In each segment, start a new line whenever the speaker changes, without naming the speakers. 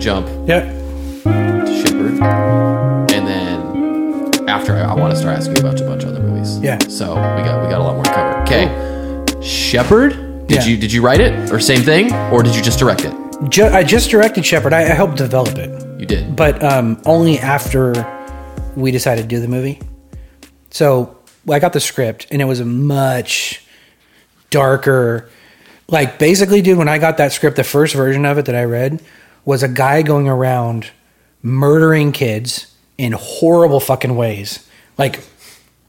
jump
Yep.
to Shipper, and then after I, I want to start asking you about a bunch of other movies.
Yeah.
So we got we got a lot more covered. Okay, Shepherd. Did
Yeah.
you did you write it or same thing or did you just direct it?
Ju- I just directed Shepard. I, I helped develop it,
You did.
but um, only after we decided to do the movie. So I got the script, and it was a much darker. Like basically, dude, when I got that script, the first version of it that I read was a guy going around murdering kids in horrible fucking ways, like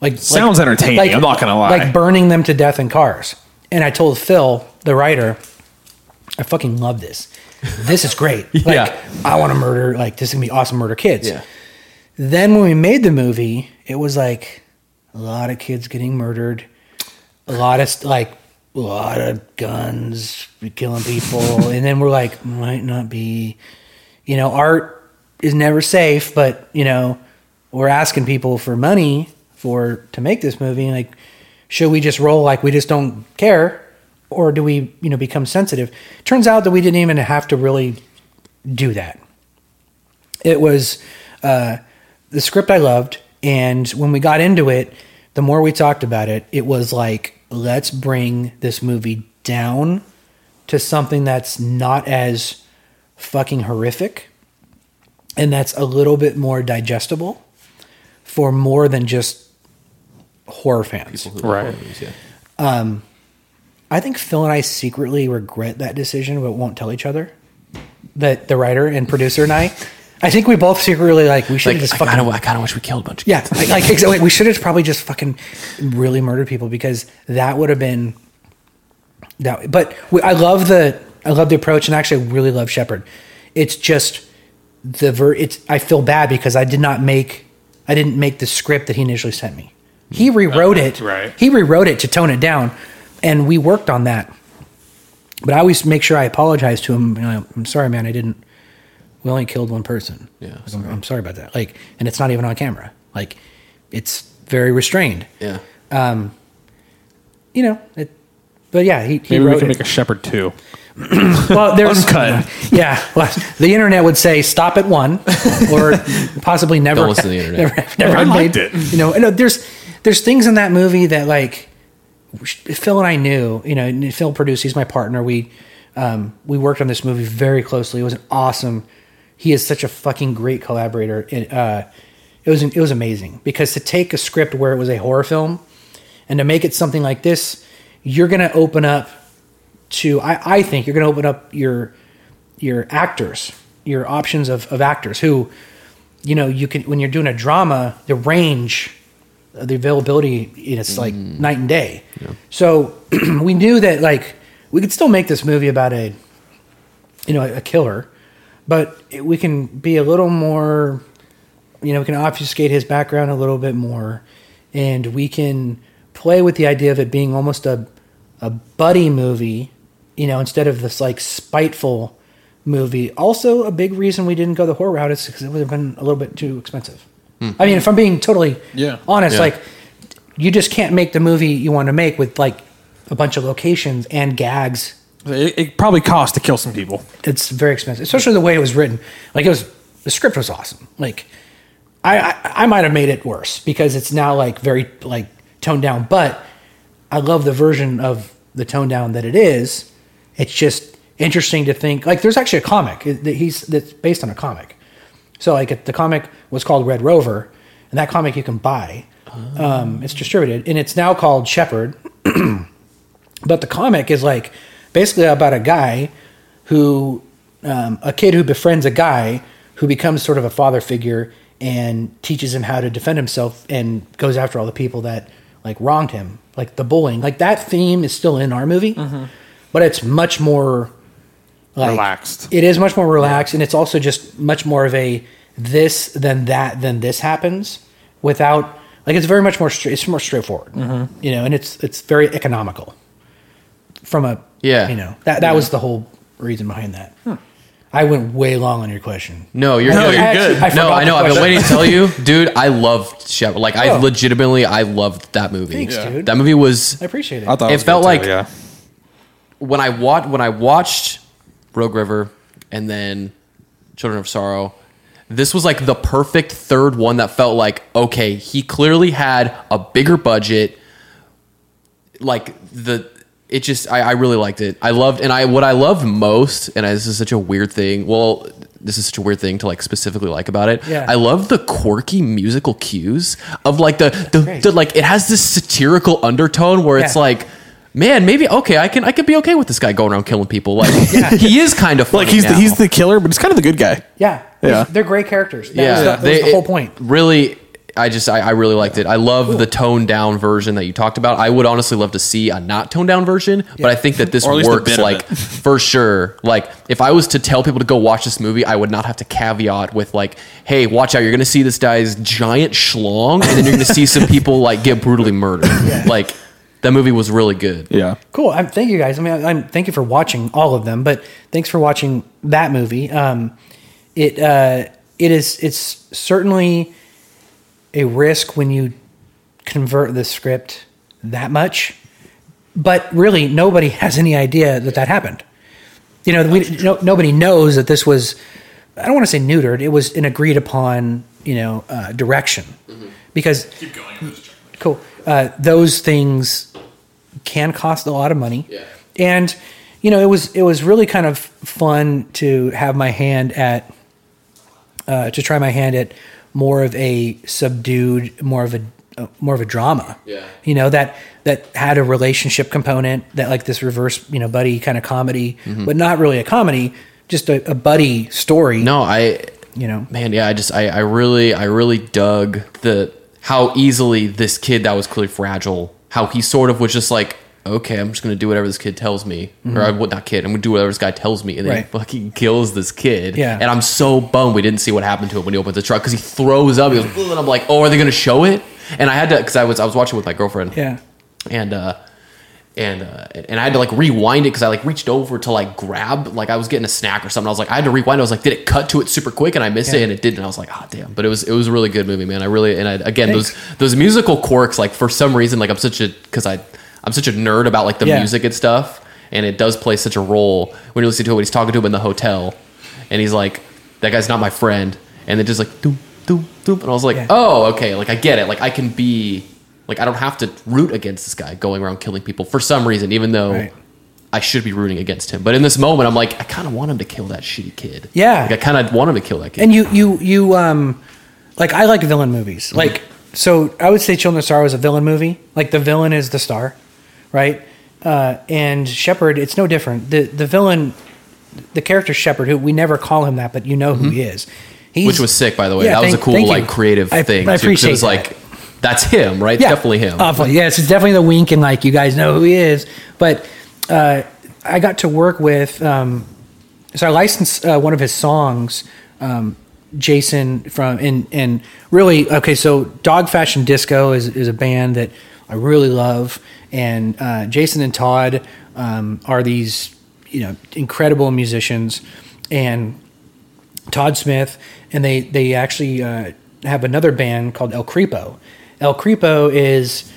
like
Sounds entertaining, I'm not gonna lie.
like burning them to death in cars. And I told Phil, the writer, I fucking love this. This is great. Like,
Yeah.
I want to murder. Like, this is gonna be awesome. Murder kids.
yeah.
Then when we made the movie, it was like a lot of kids getting murdered, a lot of st- like a lot of guns killing people, and then we're like, might not be, you know, art is never safe, but you know, we're asking people for money for to make this movie. Like, should we just roll like we just don't care, or do we, you know, become sensitive? Turns out that we didn't even have to really do that. It was uh, the script I loved, and when we got into it, the more we talked about it, it was like let's bring this movie down to something that's not as fucking horrific, and that's a little bit more digestible for more than just horror fans.
Right.
Yeah.
I think Phil and I secretly regret that decision, but won't tell each other. That the writer and producer and I, I think we both secretly like we should
Like,
have just
I
fucking
kind of I kind of wish we killed a bunch. Of
yeah, like, like exa- like, we should have probably just fucking really murdered people because that would have been that. But we, I love the I love the approach, and actually I really love Shepard. It's just the ver. It's I feel bad because I did not make I didn't make the script that he initially sent me. He rewrote it.
right.
He rewrote it to tone it down, and we worked on that. But I always make sure I apologize to him. you know, I'm sorry, man. I didn't. We only killed one person.
Yeah,
Like, I'm, I'm sorry about that. Like, and it's not even on camera. Like, it's very restrained.
Yeah.
You know. It, but yeah, he, he
Maybe we
wrote
can
it.
make a shepherd too.
well, there's
Uncut.
Yeah. Well, the internet would say stop at one, or possibly never.
Don't listen to the internet.
Never, never
I liked
made-
it.
You know. No, there's there's things in that movie that like Phil and I knew. You know, and Phil produced. He's my partner. We um, we worked on this movie very closely. It was an awesome. He is such a fucking great collaborator. It, uh, it was it was amazing because to take a script where it was a horror film and to make it something like this, you're gonna open up to I, I think you're going to open up your your actors your options of, of actors who you know you can when you're doing a drama the range uh, the availability it's like night and day so we knew that like we could still make this movie about a you know a, killer but it, we can be a little more you know we can obfuscate his background a little bit more and we can play with the idea of it being almost a a buddy movie, you know, instead of this like spiteful movie. Also, a big reason we didn't go the horror route is because it would have been a little bit too expensive. I mean, if I'm being totally
Yeah.
honest,
Yeah.
like you just can't make the movie you want to make with like a bunch of locations and gags.
It, it probably costs to kill some people.
It's very expensive, especially the way it was written. Like it was, the script was awesome. Like I, I, I might have made it worse because it's now like very like toned down. But I love the version of the tone down that it is. It's just interesting to think like there's actually a comic that he's that's based on a comic. So like the comic was called Red Rover, and that comic you can buy. Um, it's distributed, and it's now called Shepherd. but the comic is like basically about a guy who um, a kid who befriends a guy who becomes sort of a father figure and teaches him how to defend himself and goes after all the people that like wronged him like the bullying like that theme is still in our movie but it's much more like,
Relaxed.
it is much more relaxed and it's also just much more of a this then that then this happens without like it's very much more straight it's more straightforward you know and it's it's very economical from a
Yeah.
you know that that was the whole reason behind that i went way long on your question
No, you're
No,
good.
you're
actually-
good.
I
no,
forgot
I know.
the
I've been
question.
waiting to tell you, dude. I loved Shepard. Like, I
Oh.
legitimately, I loved that movie.
Thanks, Yeah. dude.
That movie was.
i appreciate it
It was felt good, like- too, yeah. when I watched when I watched Rogue River and then Children of Sorrow. This was like the perfect third one that felt like okay, he clearly had a bigger budget. Like the it just I, I really liked it. I loved and I what I loved most, and I, this is such a weird thing. Well, this is such a weird thing to like specifically like about it.
Yeah.
I love the quirky musical cues of like the the, the like it has this satirical undertone where it's
Yeah.
like. Man, maybe okay. I can I can be okay with this guy going around killing people. Like he is kind of funny
Like he's the,
now.
he's the killer, but he's kind of the good guy.
Yeah.
Yeah.
They're great characters. That
yeah,
was the, that was
they-
the whole
it
point.
Really, I just I, I really liked it. I love the toned down version that you talked about. I would honestly love to see a not toned down version, but I think that this
Or at least a
works
bit of
like
it.
for sure. Like if I was to tell people to go watch this movie, I would not have to caveat with like, "Hey, watch out! You're going to see this guy's giant schlong, and then you're going to see some people like get brutally murdered." Like that movie was really good.
Yeah.
Cool. I'm, thank you guys. I mean, I- I'm thank you for watching all of them, but thanks for watching that movie. Um, it uh, it is it's certainly a risk when you convert the script that much, but really nobody has any idea that that happened. You know, we no, nobody knows that this was. I don't want to say neutered. It was an agreed upon, you know, uh, direction, because cool. Uh, those things can cost a lot of money.
Yeah.
And you know, it was it was really kind of fun to have my hand at uh, to try my hand at more of a subdued, more of a uh, more of a drama.
Yeah.
You know that that had a relationship component that like this reverse, you know, buddy kind of comedy,
Mm-hmm.
but not really a comedy, just a, a buddy story.
No, I
You know.
man yeah i just i, I really i really dug the how easily this kid that was clearly fragile how he sort of was just like okay i'm just gonna do whatever this kid tells me or i would not kid i'm gonna do whatever this guy tells me and then
Mm-hmm. Right.
he fucking kills this kid
Yeah.
and i'm so bummed we didn't see what happened to him when he opened the truck because he throws up he goes, "Ugh," and i'm like oh are they gonna show it and i had to because i was i was watching with my girlfriend
Yeah.
and uh and uh, and I had to like rewind it because I like reached over to like grab like I was getting a snack or something. I was like I had to rewind. I was like, did it cut to it super quick? And I missed
Yeah.
it, and it didn't. And I was like, ah, damn. But it was it was a really good movie, man. I really and I, again
Thanks.
those those musical quirks like for some reason like I'm such a because I I'm such a nerd about like the
Yeah.
music and stuff, and it does play such a role when you listen to it. When he's talking to him in the hotel, and he's like, that guy's not my friend, and then just like doop doop doop, and I was like,
Yeah.
oh oh, okay, like I get it. Like I can be like I don't have to root against this guy going around killing people for some reason, even though
Right.
I should be rooting against him. But in this moment, I'm like, I kind of want him to kill that shitty kid.
Yeah.
like I kind of want him to kill that kid.
and you you you um like i like villain movies
Mm-hmm.
like so i would say children of sorrow is a villain movie like the villain is the star right uh, and Shepard, it's no different. The the villain, the character Shepard, who we never call him that, but you know who he is. He's,
Mm-hmm. Which was sick, by the way.
Yeah,
that was
thank-
a cool,
thank you.
like, creative
I-
thing.
I
too, 'cause
appreciate
it was
that. Uh,
like that's him, right? It's definitely him.
Awful. Yes, it's definitely the wink and like you guys know who he is. But uh, I got to work with, um, so I licensed uh, one of his songs, um, Jason from and and really okay. So Dog Fashion Disco is is a band that I really love, and uh, Jason and Todd um, are these you know incredible musicians, and Todd Smith, and they they actually uh, have another band called El Creepo. El Creepo is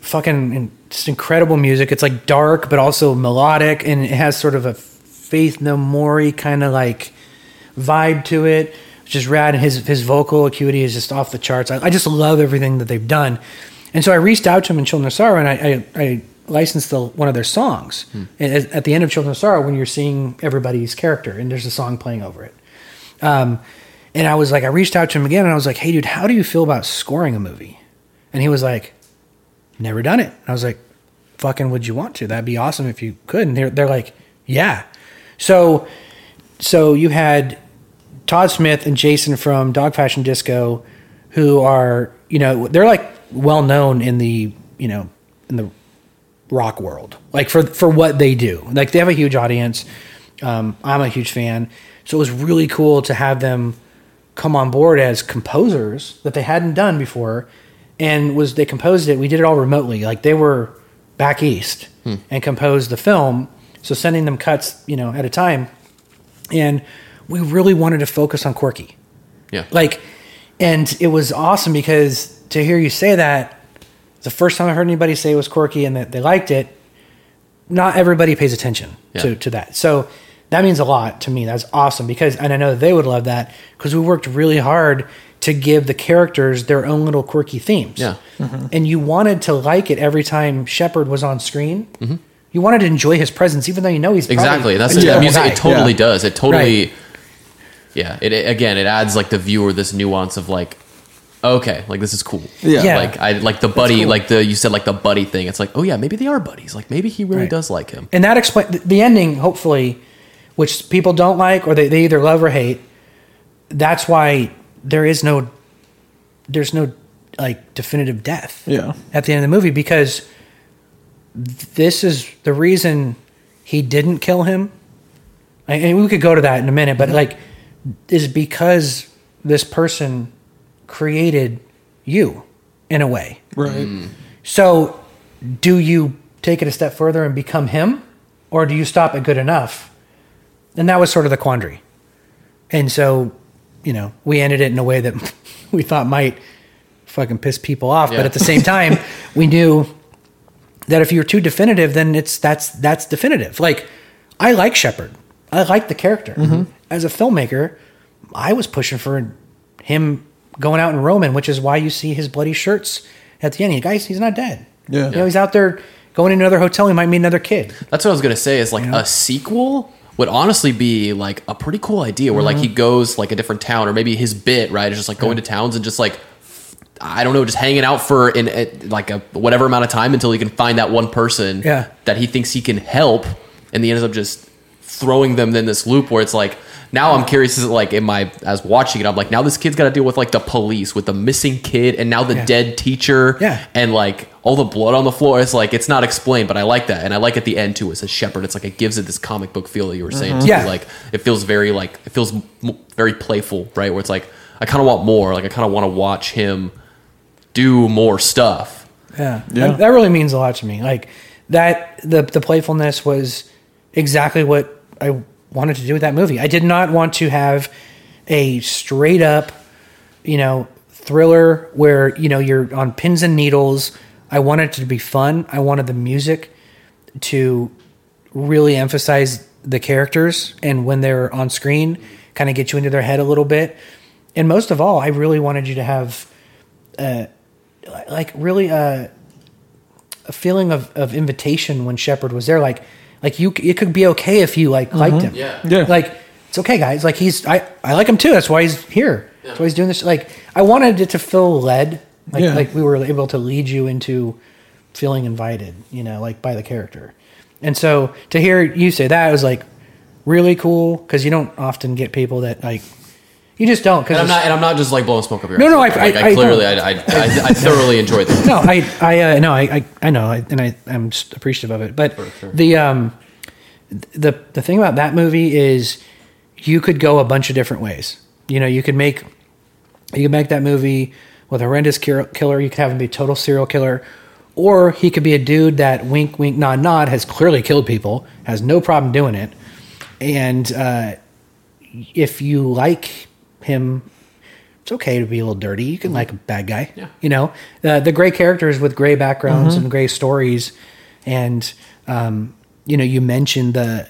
fucking in- just incredible music. It's like dark but also melodic, and it has sort of a Faith No More kind of like vibe to it, which is rad. And his his vocal acuity is just off the charts. I, I just love everything that they've done. And so I reached out to him in Children of Sorrow, and I I, I licensed the, one of their songs. And at, at the end of Children of Sorrow, when you're seeing everybody's character, and there's a song playing over it. And I was like, I reached out to him again and I was like, hey, dude, how do you feel about scoring a movie? And he was like, never done it. And I was like, fucking, would you want to? That'd be awesome if you could. And they're, they're like, yeah. So, so you had Todd Smith and Jason from Dog Fashion Disco, who are, you know, they're like well known in the, you know, in the rock world, like for for what they do. Like they have a huge audience. Um, I'm a huge fan, so it was really cool to have them come on board as composers that they hadn't done before, and was they composed it. We did it all remotely. Like they were back east and composed the film. So sending them cuts, you know, at a time, and we really wanted to focus on quirky
yeah,
like and it was awesome because to hear you say that it's the first time i heard anybody say it was quirky and that they liked it not everybody pays attention
Yeah.
to, to that so that means a lot to me. That's awesome because, and I know they would love that because we worked really hard to give the characters their own little quirky themes.
Yeah.
And you wanted to like it every time Shepard was on screen. You wanted to enjoy his presence, even though you know he's probably
Mm-hmm. Exactly. That's
a
the, that
terrible
music.
guy.
It totally
Yeah.
does. It totally. Yeah. It, it- again. It adds like the viewer this nuance of like, okay, like this is cool.
Yeah.
Yeah.
Like I like the buddy.
cool.
Like the you said like the buddy thing. It's like oh yeah, maybe they are buddies. Like maybe he really
Right.
does like him.
and that explains the ending hopefully which people don't like or they, they either love or hate that's why there is no there's no like definitive death
Yeah.
at the end of the movie because this is the reason he didn't kill him I- and we could go to that in a minute but like is because this person created you in a way
Right.
so, do you take it a step further and become him, or do you stop at good enough? And that was sort of the quandary. And so, you know, we ended it in a way that we thought might fucking piss people off,
Yeah.
but at the same time, we knew that if you're too definitive, then it's that's that's definitive. Like, I like Shepard. I like the character. As a filmmaker, I was pushing for him going out in Roman, which is why you see his bloody shirts at the end. He- Guys, he's not dead.
Yeah.
You know, he's out there going in another hotel. He might meet another kid.
That's what I was gonna say. Is like a sequel would honestly be like a pretty cool idea where like
Mm-hmm.
he goes like a different town or maybe his bit right is just like going to towns and just like I don't know, just hanging out for in at, like a whatever amount of time until he can find that one person
Yeah.
that he thinks he can help, and he ends up just throwing them in this loop where it's like. Now I'm curious. Is it like in my as watching it? I'm like, now this kid's got to deal with like the police, with the missing kid, and now the
Yeah.
dead teacher,
Yeah.
and like all the blood on the floor. It's like it's not explained, but I like that, and I like at the end too. It says Shepherd. It's like it gives it this comic book feel that you were saying. too.
Mm-hmm. Yeah.
like it feels very like it feels m- very playful, right? Where it's like I kind of want more. Like I kind of want to watch him do more stuff.
Yeah.
Yeah.
That, that really means a lot to me. Like that the the playfulness was exactly what I wanted to do with that movie. I did not want to have a straight up, you know, thriller where, you know, you're on pins and needles. I wanted it to be fun. I wanted the music to really emphasize the characters and when they're on screen, kind of get you into their head a little bit. And most of all, I really wanted you to have like really a, a feeling of, of invitation when Shepard was there. Like, like you, it could be okay if you like liked him.
Yeah.
Mm-hmm. Yeah.
Like it's okay, guys. Like he's, I, I like him too. That's why he's here. That's why he's doing this. Like I wanted it to feel led. Like,
Yeah.
like we were able to lead you into feeling invited. You know, like by the character. And so to hear you say that was like really cool because you don't often get people that like you just don't
And I'm
because
not, and I'm not just like blowing smoke up your.
No,
ass.
no, I-
like,
I-
I,
I
clearly, I, I, I, I thoroughly enjoyed this.
no, I, I, uh, no, I, I, I know, I, and I, I'm just appreciative of it. But the, um, the, the thing about that movie is, you could go a bunch of different ways. You know, you could make, you could make that movie with a horrendous kir- killer. You could have him be a total serial killer, or he could be a dude that wink, wink, nod, nod has clearly killed people, has no problem doing it, and uh, if you like him it's okay to be a little dirty. You can like a bad guy.
Mm-hmm. Yeah. Mm-hmm.
You know, Uh, the the gray characters with gray backgrounds and gray stories, and um, you know, you mentioned the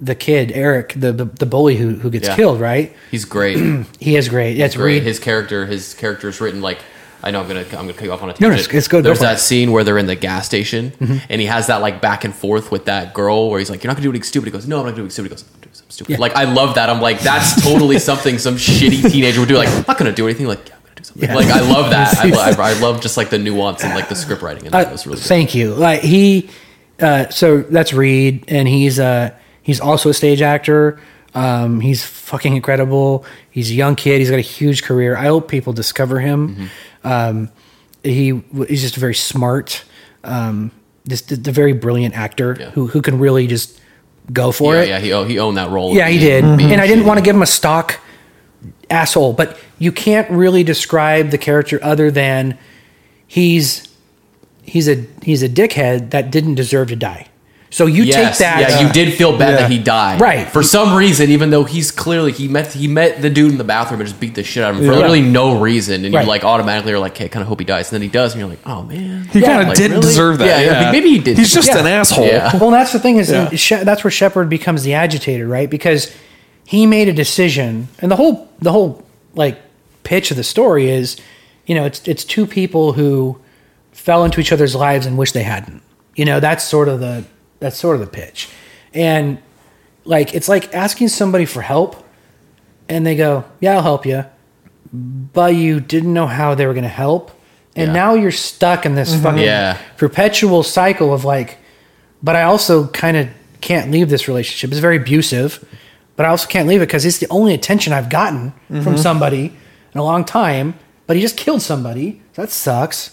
the kid Eric, the the, the bully who who gets
Yeah.
killed, right?
He's great,
He is great. That's
great.
Reed.
His character, his character is written like. I know I'm gonna I'm gonna cut you off on a
No,
tangent.
no, it's- it's good. Go
There's
for
that
it. Mm-hmm.
scene where they're in the gas station, and he has that like back and forth with that girl, where he's like, "You're not gonna do anything stupid." He goes, "No, I'm not gonna do anything stupid." He goes, "I'm doing something stupid."
Yeah.
Like I love that. I'm like, that's totally something some shitty teenager would do. Like, I'm not gonna do anything. Like, yeah, I'm gonna do something.
Yeah.
Like I love that. I, lo- I love just like the nuance and like the script writing. And that was really good.
Thank you. Like he, uh, so that's Reed, and he's uh, he's also a stage actor. Um, he's fucking incredible. He's a young kid. He's got a huge career. I hope people discover him.
Mm-hmm.
Um, he w- he's just very smart, um, just a, a very brilliant actor
Yeah.
who who can really just go for
Yeah,
it.
yeah, he oh, he owned that role.
Yeah, he did. And I didn't want to give him a stock asshole, but you can't really describe the character other than he's he's a he's a dickhead that didn't deserve to die. So you
Yes.
take that. uh,
yeah, you did feel bad
Yeah.
that he died.
Right.
For some reason, even though he's clearly he met he met the dude in the bathroom and just beat the shit out of him for
Yeah.
literally no reason, and
Right.
you like automatically are like, "Okay, I kind of hope he dies," and then he does, and you're like, "Oh man,
He kind of
Like,
didn't
really?
deserve that.
Yeah, yeah, maybe he did.
He's just
Yeah.
an asshole.
Yeah.
Well, that's the thing is
Yeah.
She- that's where Shepard becomes the agitator, right? Because he made a decision, and the whole the whole like pitch of the story is, you know, it's it's two people who fell into each other's lives and wish they hadn't. You know, that's sort of the that's sort of the pitch, and like it's like asking somebody for help, and they go, "Yeah, I'll help you," but you didn't know how they were going to help, and
Yeah.
now you're stuck in this fucking
Yeah.
perpetual cycle of like, but I also kind of can't leave this relationship. It's very abusive, but I also can't leave it because it's the only attention I've gotten from somebody in a long time. But he just killed somebody. That sucks.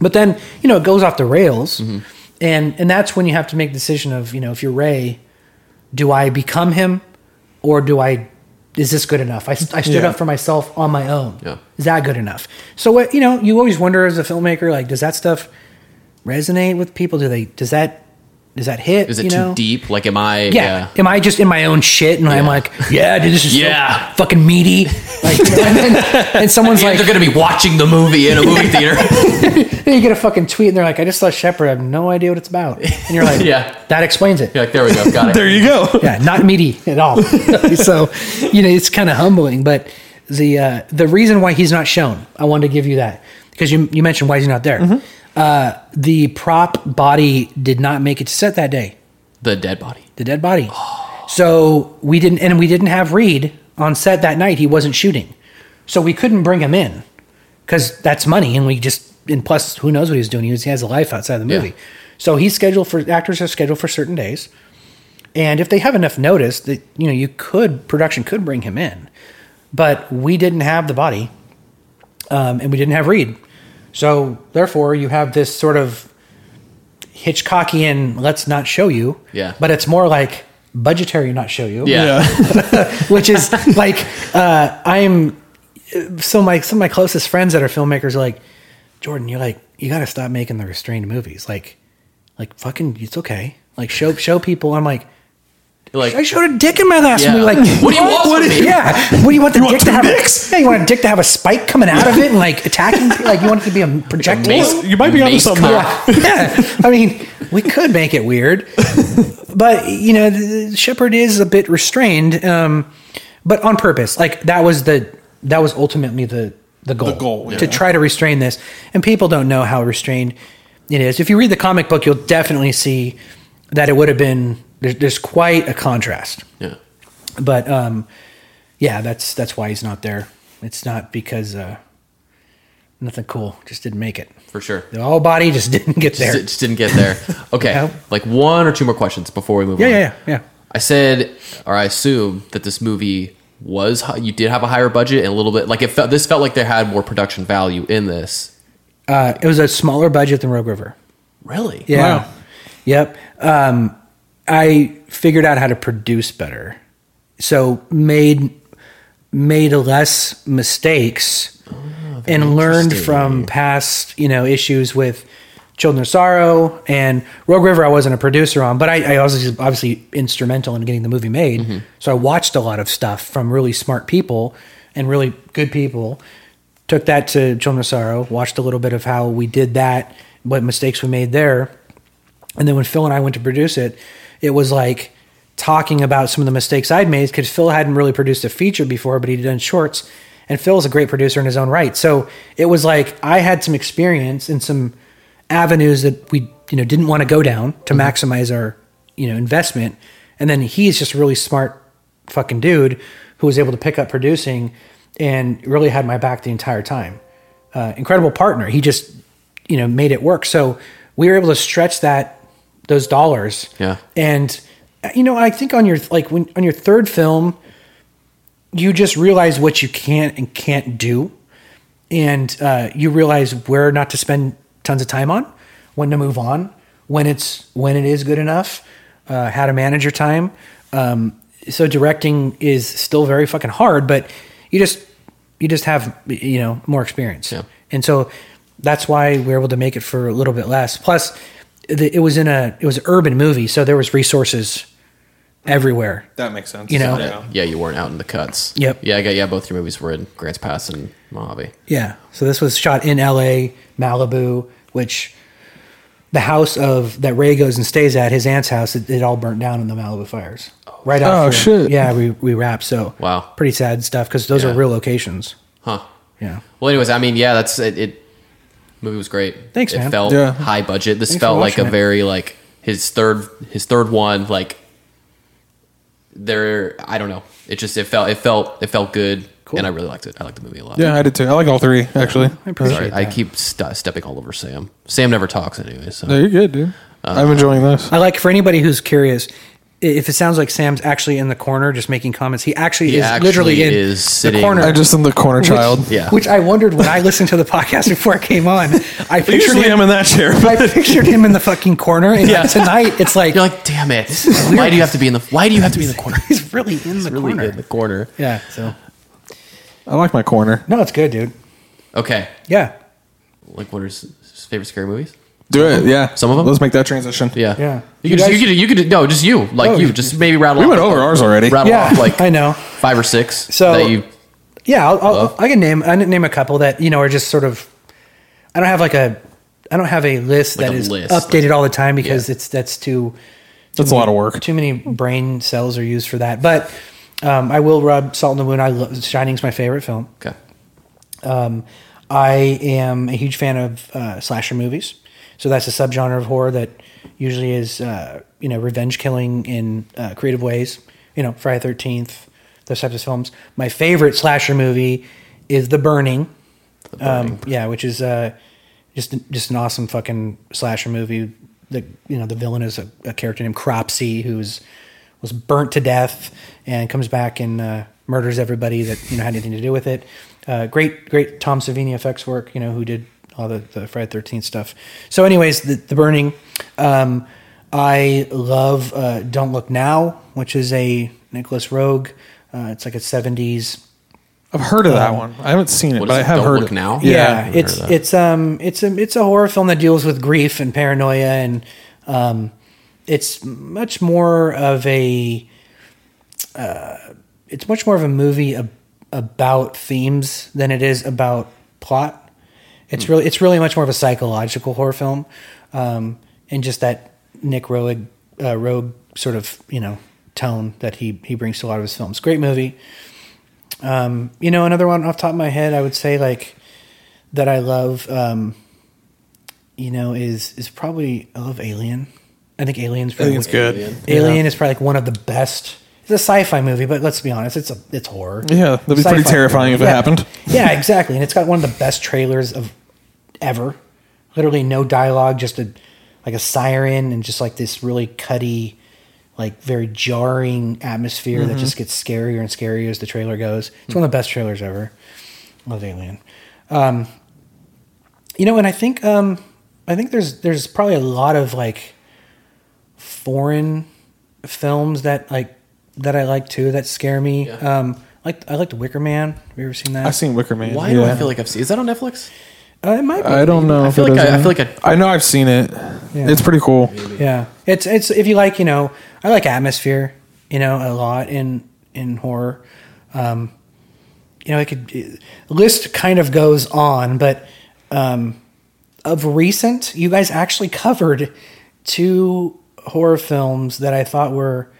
But then you know it goes off the rails,
Mm-hmm.
and and that's when you have to make the decision of you know if you're Ray, do I become him, or do I? Is this good enough? I, st- I stood
Yeah.
up for myself on my own.
Yeah.
Is that good enough? So what you know, you always wonder as a filmmaker, like, does that stuff resonate with people? Do they? Does that? Does that hit?
is it
you
too
know?
deep? Like, am I?
Yeah. Am I just in my own shit and I'm like, yeah, dude, this is so
Yeah.
fucking meaty. Like, and, then, and someone's
Yeah,
like,
they're gonna be watching the movie in a movie theater.
then you get a fucking tweet and they're like, I just saw Shepard. I have no idea what it's about. And you're like,
Yeah.
that explains it.
You're like, there we go, got it.
There you go.
yeah, not meaty at all. so, you know, it's kind of humbling. But the uh, the reason why he's not shown, I wanted to give you that because you you mentioned why he's not there. Uh, the prop body did not make it to set that day.
the dead body.
The dead body. So we didn't, and we didn't have Reed on set that night. He wasn't shooting, so we couldn't bring him in because that's money, and we just and plus who knows what he was doing. He, was, he has a life outside of the
Yeah.
movie, so he's scheduled for actors are scheduled for certain days, and if they have enough notice, that you know you could production could bring him in, but we didn't have the body, um, and we didn't have Reed, so therefore you have this sort of Hitchcockian let's not show you,
Yeah.
but it's more like budgetary not show you,
Yeah.
which is like uh, I'm so my some of my closest friends that are filmmakers are like Jordan, you're like you got to stop making the restrained movies, like like fucking it's okay, like show show people. I'm like
Like,
I showed a dick in my last
Yeah.
movie, like
What do you want
What
from
do-
me?
Yeah, what do you want the dick
want
to
two
have? A,
dicks?
yeah, you want a dick to have a spike coming out of it and like attacking? people? Like you want it to be a projectile?
mace-
You might be onto
mace
something.
cock.
yeah, yeah. I mean, we could make it weird, but you know, the- the Shepard is a bit restrained, um, but on purpose. Like that was the that was ultimately the the goal,
goal,
to
yeah.
try to restrain this. And people don't know how restrained it is. If you read the comic book, you'll definitely see that it would have been. There's, there's quite a contrast,
Yeah.
but um, yeah, that's that's why he's not there. It's not because uh, nothing cool. Just didn't make it.
For sure.
The all body just didn't get there.
Just, just didn't get there. Okay.
Yeah.
Like one or two more questions before we move
Yeah,
on.
yeah, yeah,
I said, or I assume that this movie was hi- you did have a higher budget and a little bit like it felt this felt like they had more production value in this.
yeah. Uh, it was a smaller budget than Rogue River.
Really?
Yeah.
Wow.
Yep. Um, I figured out how to produce better, so made made less mistakes and learned from past you know issues with Children of Sorrow and Rogue River. I wasn't a producer on, but I, I was obviously- obviously instrumental in getting the movie made. So I watched a lot of stuff from really smart people and really good people. Took that to Children of Sorrow. Watched a little bit of how we did that, what mistakes we made there. And then when Phil and I went to produce it, it was like talking about some of the mistakes I'd made because Phil hadn't really produced a feature before, but he'd done shorts. And Phil's a great producer in his own right. So it was like I had some experience and some avenues that we you know didn't want to go down to maximize our you know investment. And then he's just a really smart fucking dude who was able to pick up producing and really had my back the entire time. Uh, incredible partner. He just you know made it work. So we were able to stretch that those dollars.
Yeah.
And uh, you know, I think on your like when on your third film, you just realize what you can and can't do, and uh, you realize where not to spend tons of time on, when to move on, when it's when it is good enough, uh, how to manage your time. Um, so directing is still very fucking hard, but you just you just have you know more experience,
Yeah.
and so that's why we are able to make it for a little bit less. Plus, the, it was in a it was an urban movie, so there was resources everywhere.
That makes sense.
You know?
yeah.
Yeah, you weren't out in the cuts.
Yep.
Yeah, I got, yeah. Both your movies were in Grants Pass and Mojave.
Yeah. So this was shot in L.A., Malibu, which the house of that Ray goes and stays at his aunt's house. It, it all burnt down in the Malibu fires. Right
Oh,
after,
shit.
Yeah, we we wrapped. So
Wow.
pretty sad stuff because those
Yeah.
are real locations.
Huh.
Yeah.
Well, anyways, I mean, yeah, that's it. it movie was great.
Thanks,
it
man.
Felt
Yeah.
high budget. This
Thanks
felt
for
like a
watching it.
very like his third his third one. Like there, I don't know. It just it felt it felt it felt good,
Cool.
and I really liked it. I liked the movie a lot.
Yeah, I did too. I like all three actually.
I appreciate
Sorry,
that.
I keep st- stepping all over Sam. Sam never talks anyway, so
No, you're good, dude.
Uh,
I'm enjoying this.
I like for anybody who's curious, i- if it sounds like Sam's actually in the corner just making comments, he actually
He
is
actually
literally in
is
the
sitting-
corner.
I just am the corner child.
Yeah.
Which I wondered when I listened to the podcast before it came on. I pictured
Usually I'm
him.
in that chair.
I pictured him in the fucking corner, and
Yeah.
like, tonight it's like,
you're like, damn it! Why do you have to be in the Why do you have to be in the corner?
he's really in the
really
corner.
in the corner.
Yeah. So
I like my corner.
no, it's good, dude.
Okay,
Yeah.
like what are his his favorite scary movies?
Do it. Yeah.
Some of them?
Let's make that transition.
Yeah,
Yeah.
You,
You
could
guys-
just, you could you could no, just you like
Oh,
you
you-
just maybe rattle.
We
off-
went over ours already.
Rattle
Yeah.
off like
I know.
five or six.
So-
that you
Yeah, I'll,
Love.
I'll, I can name I can name a couple that you know are just sort of. I don't have like a, I don't have a list
Like
that
a
is
list.
updated all the time because
Yeah.
it's that's too
That's a lot of work.
too many brain cells are used for that. But um, I will rub salt in the wound. I love, Shining's my favorite film.
okay.
I am a huge fan of uh, slasher movies, so that's a subgenre of horror that usually is uh, you know revenge killing in uh, creative ways. You know, Friday Thirteenth, those types of films. My favorite slasher movie is The Burning. Um, yeah, which is uh, just just an awesome fucking slasher movie. The you know the villain is a, a character named Cropsy who's was burnt to death and comes back and uh, murders everybody that you know had anything to do with it. Uh, great, great Tom Savini effects work. You know who did all the, the Friday Thirteenth stuff. So, anyways, the, the burning. Um, I love uh, Don't Look Now, which is a Nicholas Rogue. Uh, it's like a seventies
I've heard of that one. I haven't seen it,
Uh, What
but
is
I
it?
have
Don't
heard
Look
it.
Now?
yeah,
Yeah.
it's
Heard of that.
it's um it's a it's a horror film that deals with grief and paranoia and um it's much more of a uh, it's much more of a movie ab- about themes than it is about plot. It's
Hmm.
really it's really much more of a psychological horror film, um, and just that Nick Roeg uh, Rogue sort of you know tone that he he brings to a lot of his films. Great movie Um, you know, another one off the top of my head, I would say like that I love, um, you know, is is probably I love Alien. I think Alien's probably
Alien's good. Alien.
Alien is probably like one of the best. It's a sci-fi movie, but let's be honest, it's a it's horror.
Yeah, that'd be pretty terrifying if it
Yeah.
happened.
Yeah, exactly, and it's got one of the best trailers of ever. Literally no dialogue, just a like a siren and just like this really cutty, like very jarring atmosphere
Mm-hmm.
that just gets scarier and scarier as the trailer goes. It's one of the best trailers ever. Love Alien. Um, you know, and I think um, I think there's there's probably a lot of like foreign films that like that I like too that scare me.
Yeah.
Um, like I liked Wicker Man. Have you ever seen that?
I've seen Wicker Man.
Why do
yeah.
I feel like I've seen? Is that on Netflix?
Uh, it might be.
I don't know.
I
if
feel
it
like
is
I- I
on-
feel like
I know I've seen it. It's pretty cool.
Yeah, it's it's if you like, you know, I like atmosphere, you know, a lot in in horror. Um, you know, I could list kind of goes on, but um, of recent, you guys actually covered two horror films that I thought were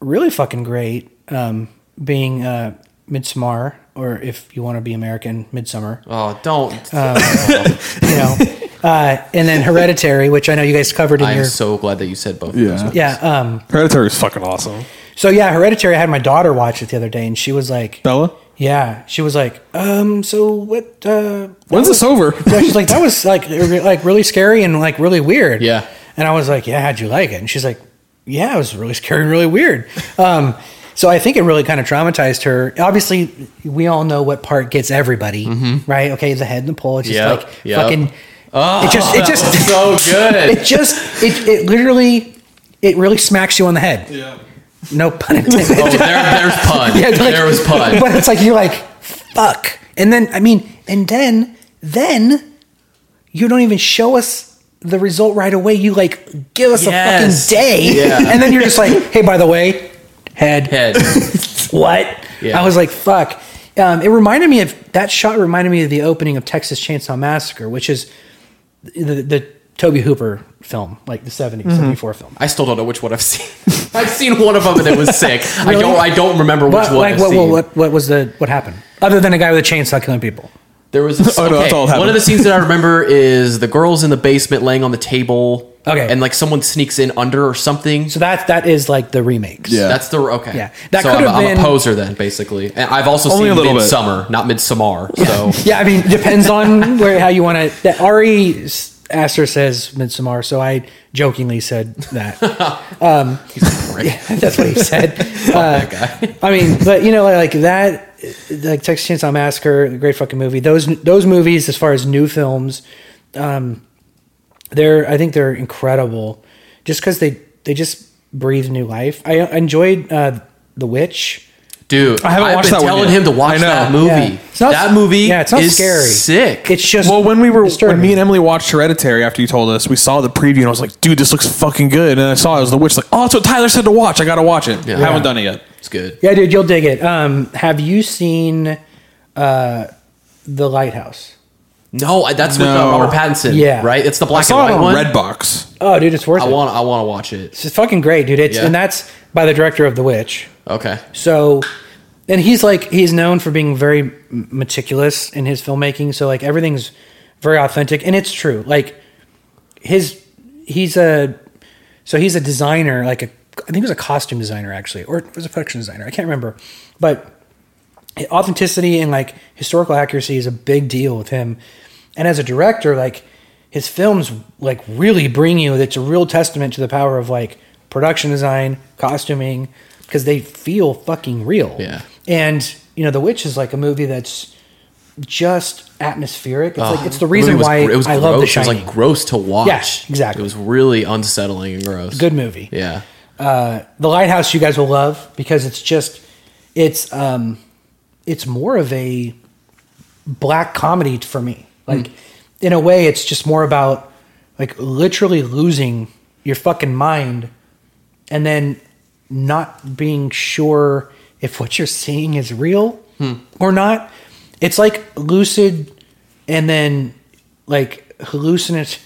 really fucking great. Um, being uh, Midsommar, or if you want to be American, Midsummer
Oh, don't.
you know, uh, and then Hereditary, which I know you guys covered in
I'm
your
so glad that you said both. Of those.
Yeah.
yeah. Um,
Hereditary is fucking awesome.
so yeah, Hereditary. I had my daughter watch it the other day, and she was like,
Bella,
yeah, she was like, um, so what? Uh,
when's this over?
yeah, she's like, that was like re- like really scary and like really weird.
Yeah.
And I was like, yeah, how'd you like it? And she's like, yeah, it was really scary and really weird. Um, so I think it really kind of traumatized her. Obviously, we all know what part gets everybody, right? Okay, the head and the pole. It's just
Mm-hmm. Yep,
like
yep. Oh,
fucking. it just it just
So good.
it just it, it literally it really smacks you on the head.
Yeah.
No pun intended.
Oh, there, there's pun.
Yeah, like-
there was pun.
But it's like you're like, fuck. And then I mean, and then then you don't even show us the result right away. You like give us
Yes.
a fucking day,
Yeah.
and then you're just like, hey, by the way, head,
Head.
what?
Yeah.
I was like, fuck. Um, it reminded me of that shot. Reminded me of the opening of Texas Chainsaw Massacre, which is the, the, the Toby Hooper film, like the 70s, 74 film.
I still don't know which one I've seen. I've seen one of them and it was sick. I don't. I don't remember which
What,
one.
like,
I've
what,
seen.
what, what, what was the what happened? Other than a guy with a chainsaw killing people.
There was a,
Oh, no,
okay,
that's all that
one of the
happened.
scenes that I remember is the girls in the basement laying on the table.
Okay.
and like someone sneaks in under or something.
So that that is like the remakes.
Yeah.
That's the okay.
Yeah. That
so
could
I'm,
have
I'm
been-
a poser then, basically. And I've also
Only a
seen
little bit.
Midsummer, not Midsommar. So
Yeah, I mean, depends on where how you want to. Ari s- Aster says Midsommar, so I jokingly said that. That's what he said. Uh, I mean, but you know, like that, like Texas Chainsaw Massacre, a great fucking movie. Those those movies, as far as new films, um, they're I think they're incredible, just because they they just breathe new life. I enjoyed uh, The Witch.
dude, I
haven't
have
watched
been
that one
telling
yet.
him to watch
I know.
that movie.
Yeah. It's not-
that movie,
yeah, it's not
is
scary.
Sick.
It's just
Well, when we were
disturbing.
when me and Emily watched Hereditary after you told us, we saw the preview and I was like, "Dude, this looks fucking good." And I saw it was the witch. Like, oh, that's what Tyler said to watch. I gotta watch it.
Yeah.
I haven't
Yeah.
done it yet.
it's good.
yeah, dude, you'll dig it. Um, have you seen uh, The Lighthouse?
No, I- that's with uh,
No.
Robert Pattinson.
Yeah.
right. It's the
I
black and
saw it
white
on
one.
Redbox.
Oh, dude, it's worth
I
it.
want. I want to watch it.
it's fucking great, dude. It's
Yeah.
and that's by the director of The Witch.
Okay.
So, and he's like he's known for being very m- meticulous in his filmmaking. So like everything's very authentic, and it's true. Like his he's a so he's a designer, like a I think he was a costume designer actually, or it was a production designer. I can't remember, but authenticity and like historical accuracy is a big deal with him. And as a director, like his films like really bring you it's a real testament to the power of like production design, costuming because they feel fucking real.
Yeah.
And you know, The Witch is like a movie that's just atmospheric. It's like it's the
Movie
reason
was
why
gr-
I love The
gross.
Shining.
It was like gross to watch.
Yeah, exactly.
It was really unsettling and gross.
Good movie.
Yeah.
uh, the lighthouse you guys will love because it's just it's um it's more of a black comedy for me like in a way it's just more about like literally losing your fucking mind and then not being sure if what you're seeing is real
Hmm.
or not it's like lucid and then like hallucinate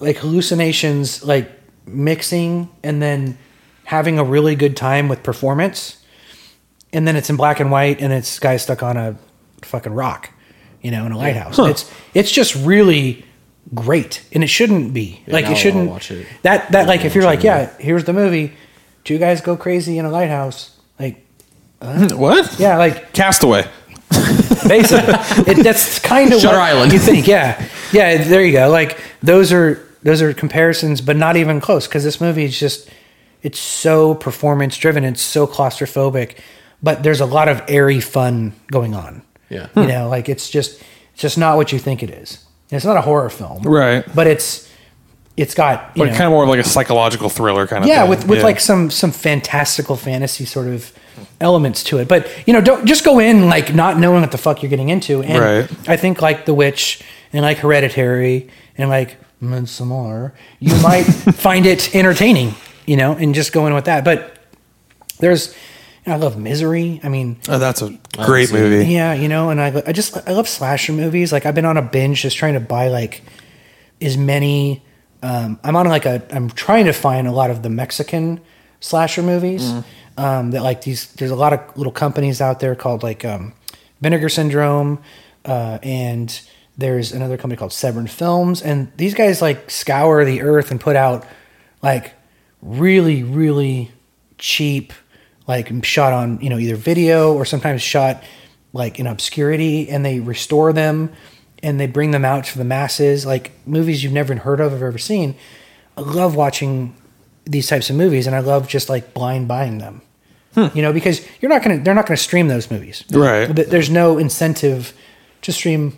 like hallucinations like mixing and then having a really good time with performance and then it's in black and white and it's guy stuck on a fucking rock you know in a lighthouse it's it's just really great and it shouldn't be like
now
it
I'll
shouldn't
watch it.
that that like if you're like
watch it
yeah here's the movie two guys go crazy in a lighthouse like
What?
yeah like
Castaway.
basically it, that's kind of
Shutter
what
Island.
you think yeah yeah there you go like those are those are comparisons but not even close because this movie is just it's so performance driven it's so claustrophobic but there's a lot of airy fun going on
Yeah.
you know like it's just it's just not what you think it is And it's not a horror film
Right.
but it's it's got you
Like
know,
kind of more of like a psychological thriller kind of.
yeah
thing.
with with
Yeah.
like some some fantastical fantasy sort of elements to it but you know don't just go in like not knowing what the fuck you're getting into and
Right.
i think like the witch and like hereditary and like Midsommar, you might find it entertaining you know and just go in with that but there's you know, i love misery i mean
Oh, that's a great movie.
yeah, you know, and I, I just I love slasher movies. Like I've been on a binge just trying to buy like as many. Um, I'm on like a I'm trying to find a lot of the Mexican slasher movies um, that like these. There's a lot of little companies out there called like um, Vinegar Syndrome, uh, and there's another company called Severn Films, and these guys like scour the earth and put out like really really cheap like shot on you know either video or sometimes shot like in obscurity and they restore them and they bring them out to the masses like movies you've never heard of or ever seen i love watching these types of movies and i love just like blind buying them you know because you're not gonna they're not gonna stream those movies
Hmm. Right.
Th- there's no incentive to stream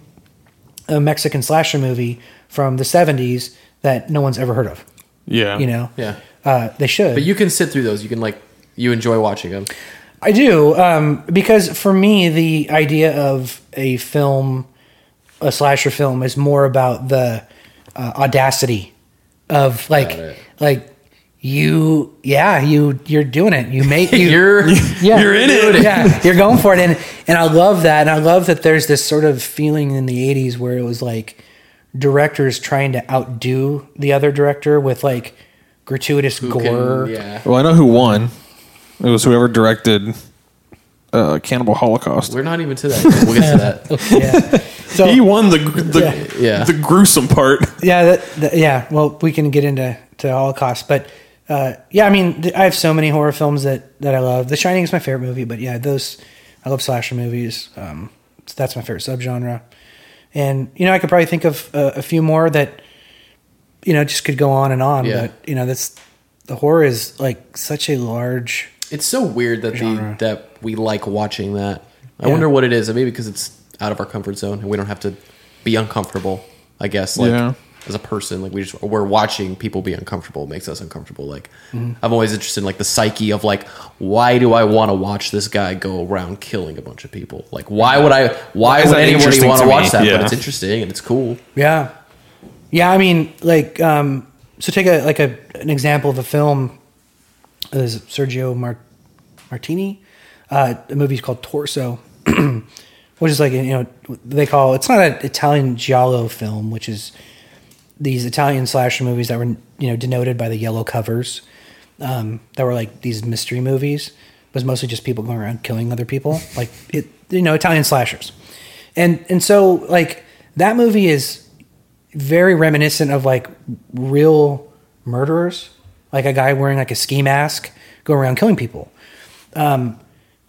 a mexican slasher movie from the 70s that no one's ever heard of
Yeah.
you know
Yeah.
uh, they should
But you can sit through those. You can like you enjoy watching them.
I do um, because for me the idea of a film, a slasher film, is more about the uh, audacity of like
it.
like you yeah you you're doing it you make you,
You're you're in it.
yeah you're going for it and and I love that and I love that there's this sort of feeling in the 80s where it was like directors trying to outdo the other director with like gratuitous gore
yeah.
Well, I know who won. It was whoever directed uh, Cannibal Holocaust.
We're not even to that. yet. We'll get to that.
yeah so
He won the the,
Oh. Yeah.
the gruesome part.
yeah, that, that, yeah. Well, we can get into to Holocaust, but uh, yeah, I mean, th- I have so many horror films that that I love. The Shining is my favorite movie, but yeah, those I love slasher movies. Um, so that's my favorite subgenre, and you know, I could probably think of uh, a few more that you know just could go on and on.
Yeah.
But you know, that's the horror is like such a large.
It's so weird that the
Genre.
that we like watching that. I
Yeah.
wonder what it is. Maybe because it's out of our comfort zone and we don't have to be uncomfortable. I guess like
Yeah.
as a person, like we just we're watching people be uncomfortable it makes us uncomfortable. Like
Mm-hmm.
I'm always interested in like the psyche of like why do I want to watch this guy go around killing a bunch of people? Like why would I? Why
is
would
that
anybody
interesting
want to
to me?
watch that? But
Yeah.
it's interesting and it's cool.
Yeah, yeah. I mean, like, um, so take a like a an example of a film. Is Sergio Mar- Martini? Uh, the movie's called Torso, which is like you know they call it's not an Italian giallo film, which is these Italian slasher movies that were you know denoted by the yellow covers um, that were like these mystery movies It was mostly just people going around killing other people like it you know Italian slashers and and so like that movie is very reminiscent of like real murderers like a guy wearing like a ski mask go around killing people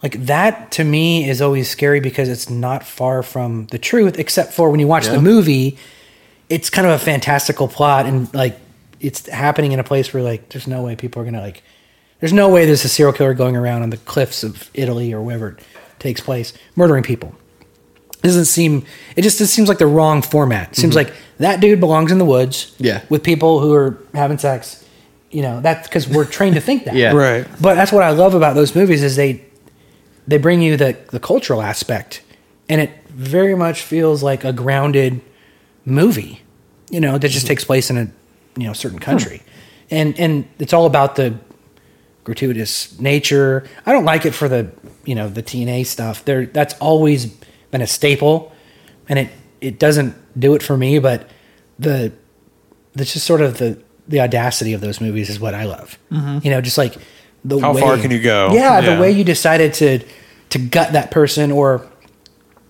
like that to me is always scary because it's not far from the truth except for when you watch
Yeah.
the movie it's kind of a fantastical plot and like it's happening in a place where like there's no way people are gonna like there's no way there's a serial killer going around on the cliffs of italy or wherever it takes place murdering people it doesn't seem it just it seems like the wrong format it seems like that dude belongs in the woods
Mm-hmm. Yeah.
with people who are having sex you know that's because we're trained to think that
Yeah.
Right.
but that's what I love about those movies is they they bring you the the cultural aspect, and it very much feels like a grounded movie, you know, that just takes place in a you know certain country, and and it's all about the gratuitous nature. I don't like it for the you know the TNA stuff. There, that's always been a staple, and it it doesn't do it for me. But the that's just sort of the the audacity of those movies is what I love. You know, just like the
How
way,
far can you go?
Yeah,
Yeah.
the way you decided to to gut that person, or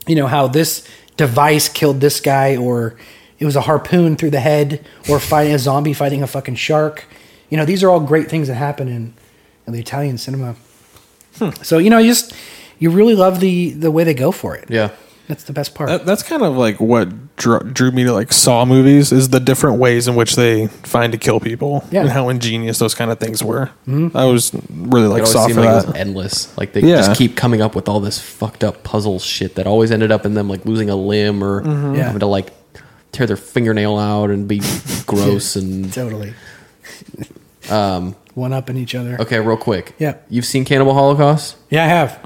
you know how this device killed this guy, or it was a harpoon through the head, or fighting a zombie fighting a fucking shark. You know, these are all great things that happen in, in the Italian cinema.
Hmm.
So you know, you just you really love the the way they go for it.
Yeah.
that's the best part.
That, that's kind of like what drew, drew me to like Saw movies is the different ways in which they find to kill people
Yeah.
and how ingenious those kind of things were.
Mm-hmm.
I was really
It
like
always
Saw
seemed
for
like it
that.
was endless. Like they
Yeah.
just keep coming up with all this fucked up puzzle shit that always ended up in them like losing a limb or
Mm-hmm.
Yeah.
having to like tear their fingernail out and be gross and
totally. um, one up in each other.
Um, okay. Real quick,
Yeah.
you've seen Cannibal Holocaust.
Yeah, I have.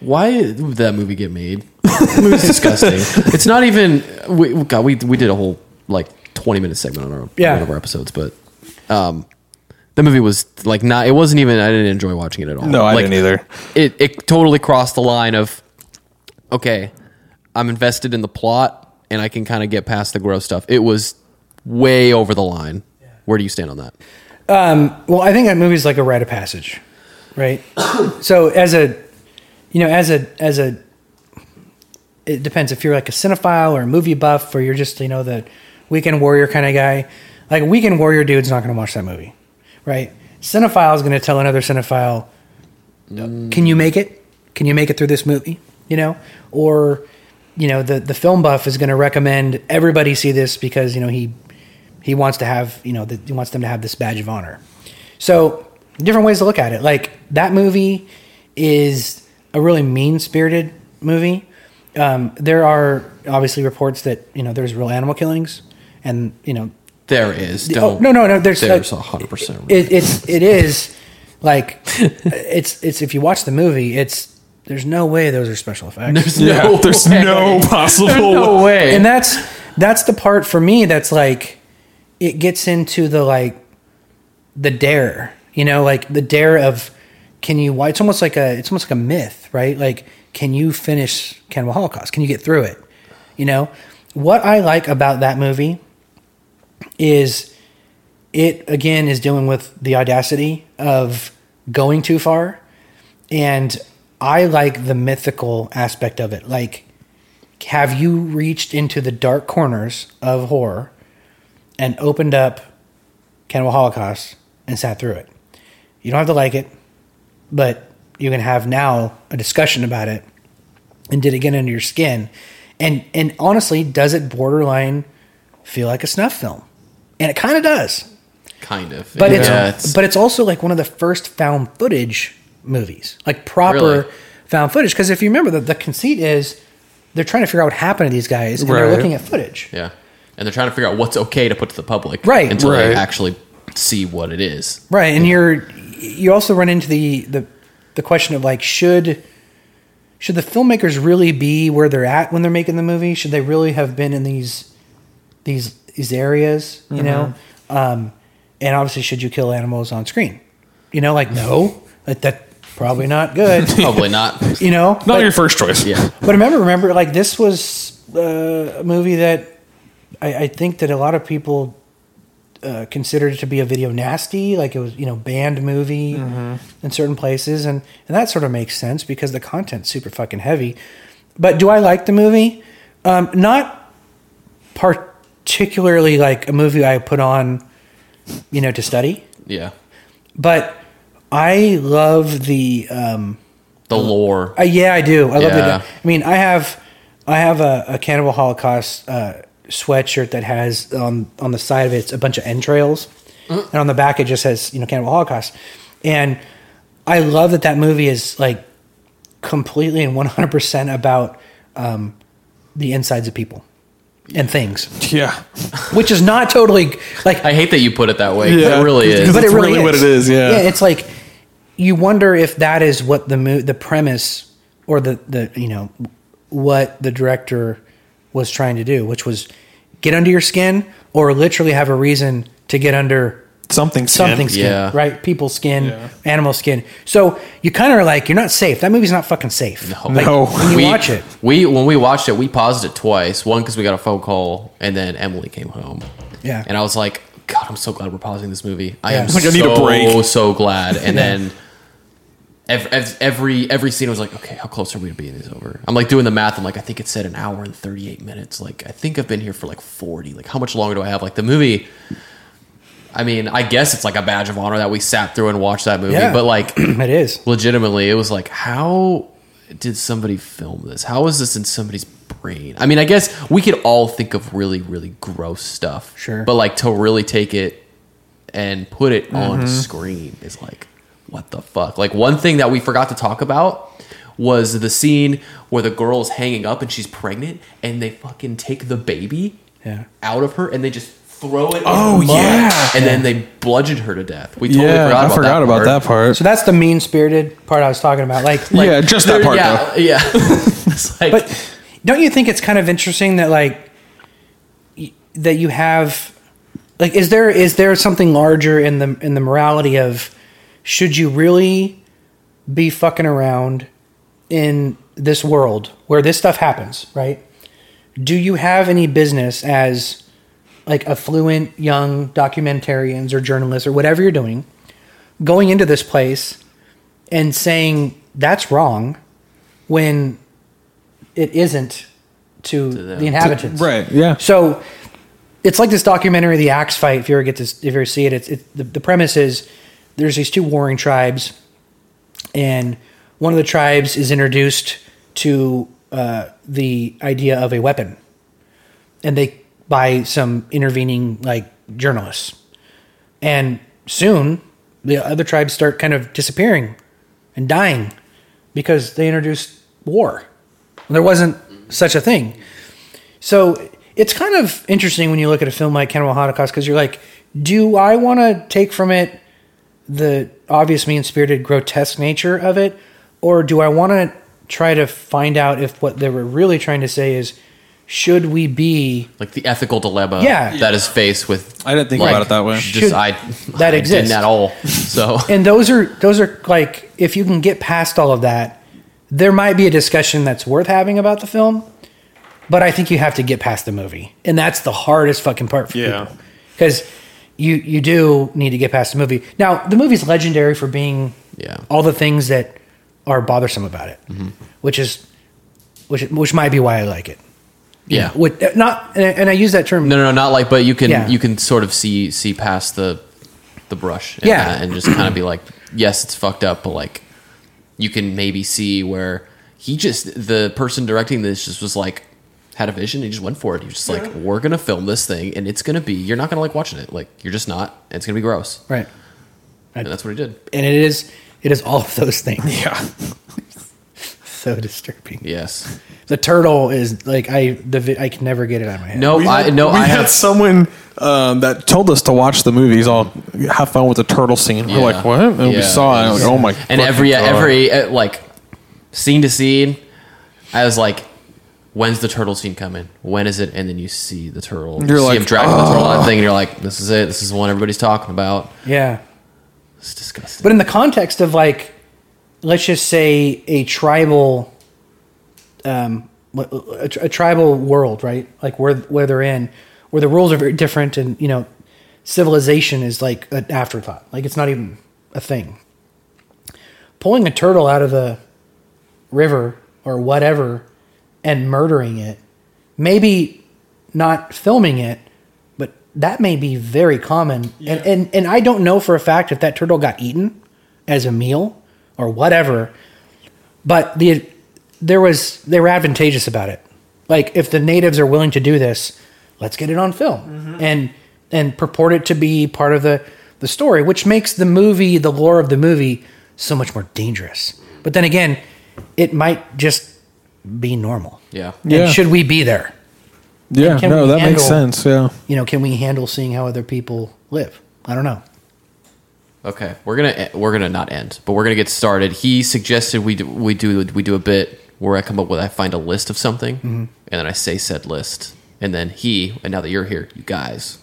Why did that movie get made? That movie's disgusting. It's not even. We, God, we we did a whole like twenty minute segment on our
Yeah.
one of our episodes, but um, the movie was like not. It wasn't even. I didn't enjoy watching it at all.
No, I
Like,
didn't either.
It it totally crossed the line of okay, I'm invested in the plot and I can kind of get past the gross stuff. It was way over the line. Where do you stand on that?
Um, Well, I think that movie is like a rite of passage, right? so as a, you know, as a as a, it depends if you're like a cinephile or a movie buff or you're just you know the weekend warrior kind of guy. Like a weekend warrior dude's not going to watch that movie, right? Cinephile is going to tell another cinephile, "Can you make it? Can you make it through this movie?" You know, or you know the the film buff is going to recommend everybody see this because you know he he wants to have you know the, he wants them to have this badge of honor so different ways to look at it like that movie is a really mean-spirited movie um, there are obviously reports that you know there's real animal killings and you know
There is.
oh,
Don't,
no no no there's
There's
uh,
hundred percent.
it, it's it is like it's it's if you watch the movie it's there's no way those are special effects
There's
Yeah,
no.
there's
way.
no possible
There's no way.
and that's that's the part for me that's like it gets into the like the dare, you know, like the dare of can you? Why it's almost like a it's almost like a myth, right? Like can you finish Cannibal Holocaust? Can you get through it? You know, what I like about that movie is it again is dealing with the audacity of going too far and I like the mythical aspect of it. Like, have you reached into the dark corners of horror and opened up Cannibal Holocaust and sat through it? You don't have to like it, but you can have now a discussion about it and did it get under your skin? And and honestly, does it borderline feel like a snuff film? And it kind of does
kind of.
but it's,
Yeah, it's-
but it's also like one of the first found footage movies, like proper
Really?
found footage. Because if you remember, the, the conceit is they're trying to figure out what happened to these guys, and they're
Right.
looking at footage.
yeah, and they're trying to figure out what's okay to put to the public,
Right.
Until
Right.
they actually see what it is.
right and you're you also run into the the the question of like should should the filmmakers really be where they're at when they're making the movie should they really have been in these these these areas you know um and obviously should you kill animals on screen you know like no like that probably not good
Probably not.
you know
Not
But-
your first choice.
Yeah,
but remember, remember, like this was uh, a movie that I, I think that a lot of people uh, considered to be a video nasty, like it was you know banned movie in certain places, and and that sort of makes sense because the content's super fucking heavy. But do I like the movie? Um, not particularly like a movie I put on, you know, to study,
yeah.
but I love the. Um,
The lore.
uh, yeah, I do. I love
Yeah.
it. I mean, I have I have a, a Cannibal Holocaust uh, sweatshirt that has on on the side of it it's a bunch of entrails, and on the back it just says you know Cannibal Holocaust, and I love that that movie is like completely and one hundred percent about um, the insides of people and things,
Yeah.
which is not totally like
I hate that you put it that way.
Yeah.
It really is.
But- That's really what it is, yeah.
yeah. It's like you wonder if that is what the mo- the premise or the the you know what the director was trying to do, which was get under your skin or literally have a reason to get under
Something.
something skin,
Yeah.
right? People's skin,
Yeah.
animal skin. So you kind of are like you're not safe. That movie's not fucking safe. Like,
No.
when you watch it.
We when we watched it, we paused it twice. One because we got a phone call, and then Emily came home.
Yeah.
and I was like, God, I'm so glad we're pausing this movie. I am
Yeah.
Like, I need a
so
break.
so glad. And then ev- ev- every every scene I was like, okay, how close are we to being this over? I'm like doing the math. I'm like, I think it said an hour and 38 minutes. Like, I think I've been here for like 40. Like, how much longer do I have? Like the movie. I mean, I guess it's like a badge of honor that we sat through and watched that movie,
Yeah.
but like
It is.
legitimately it was like how did somebody film this how is this in somebody's brain i mean i guess we could all think of really really gross stuff
Sure.
but like to really take it and put it
Mm-hmm.
on screen is like what the fuck like one thing that we forgot to talk about was the scene where the girl is hanging up and she's pregnant and they fucking take the baby
Yeah.
out of her and they just throw it in
Oh,
the mud,
yeah.
and then they bludgeoned her to death we totally
Yeah.
forgot about
I forgot
that
about
part.
that part.
So that's the mean spirited part I was talking about. Like
yeah. Just that
There-
part
yeah, Yeah. it's like,
But don't you think it's kind of interesting that like y- that you have like is there is there something larger in the in the morality of should you really be fucking around in this world where this stuff happens, right? Do you have any business as like affluent young documentarians or journalists or whatever you're doing going into this place and saying that's wrong when it isn't to,
them.
the inhabitants.
though. Right. Yeah.
So it's like this documentary, The Axe Fight. If you ever get to, if you ever see it, it's, it the, the premise is there's these two warring tribes, and one of the tribes is introduced to uh, the idea of a weapon, and they by some intervening like journalists, and soon the other tribes start kind of disappearing and dying because they introduced war. There wasn't such a thing. So it's kind of interesting when you look at a film like Cannibal Holocaust because you're like, do I want to take from it the obvious mean spirited, grotesque nature of it? Or do I want to try to find out if what they were really trying to say is should we be
like the ethical dilemma
Yeah.
that is faced with
I didn't think
like,
about it that way.
just
Should-
I
that
I
exists.
didn't at all so
and those are those are like if you can get past all of that there might be a discussion that's worth having about the film but i think you have to get past the movie and that's the hardest fucking part for
Yeah.
people because you you do need to get past the movie now the movie's legendary for being
Yeah. Mm-hmm.
all the things that are bothersome about it which is which which might be why i like it
yeah
With, not and I, and I use that term
no no no not like but you can
Yeah.
you can sort of see see past the the brush and
Yeah.
that and just kind of be like yes it's fucked up but like you can maybe see where he just the person directing this just was like had a vision and he just went for it he was just like we're gonna film this thing and it's gonna be you're not gonna like watching it like you're just not and it's gonna be gross
right
and that's what he did
and it is it is all of those things
Yeah.
so disturbing
yes
The turtle is like I the vi- I can never get it out of my head.
no
We
Oh, i
had-
no
we
i
had
have
someone um, that told us to watch the movies. All have fun with the turtle scene. We're like, what? And we
Yeah.
saw it. And like, oh my!
And every
fucking God.
every uh, like scene to scene, I was like, "When's the turtle scene coming? When is it?" And then you see the turtle. you
You're
see
like,
him dragging the turtle on the thing, and you're like, "This is it. This is the one everybody's talking about."
Yeah.
It's disgusting.
But in the context of like let's just say a tribal um what- a, tr- a tribal world, right? Like where where they're in where the rules are very different and you know civilization is like an afterthought. Like it's not even a thing. Pulling a turtle out of the river or whatever and murdering it, maybe not filming it, but that may be very common. And, and and I don't know for a fact if that turtle got eaten as a meal or whatever, but the there was they were advantageous about it. Like if the natives are willing to do this, let's get it on film and and purport it to be part of the the story, which makes the movie, the lore of the movie, so much more dangerous. But then again, it might just be normal.
yeah.
Yeah.
And should we be there?
yeah,
can
no,
we
that makes
handle-
sense. Yeah,
You know, can we handle seeing how other people live? I don't know.
Okay, we're gonna we're gonna not end, but we're gonna get started. He suggested we do, we do we do a bit where I come up with I find a list of something,
Mm-hmm.
and then I say said list, and then he and now that you're here, you guys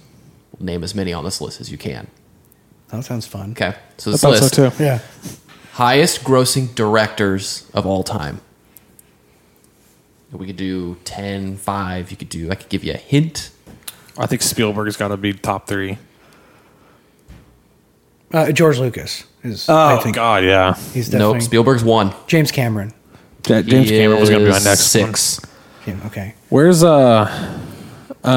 name as many on this list as you can.
That sounds fun.
Okay, so
I
this
thought
list
so too.
Yeah.
highest grossing directors of all time. We could do 10, 5. You could do, I could give you a hint.
I think Spielberg's got to be top three.
Uh, George Lucas is. I
Oh
think
God, yeah.
he's definitely
Nope, Spielberg's one.
James Cameron.
Ja- James
He
Cameron was going to be my
is
next One.
Six.
Yeah, okay.
Where's uh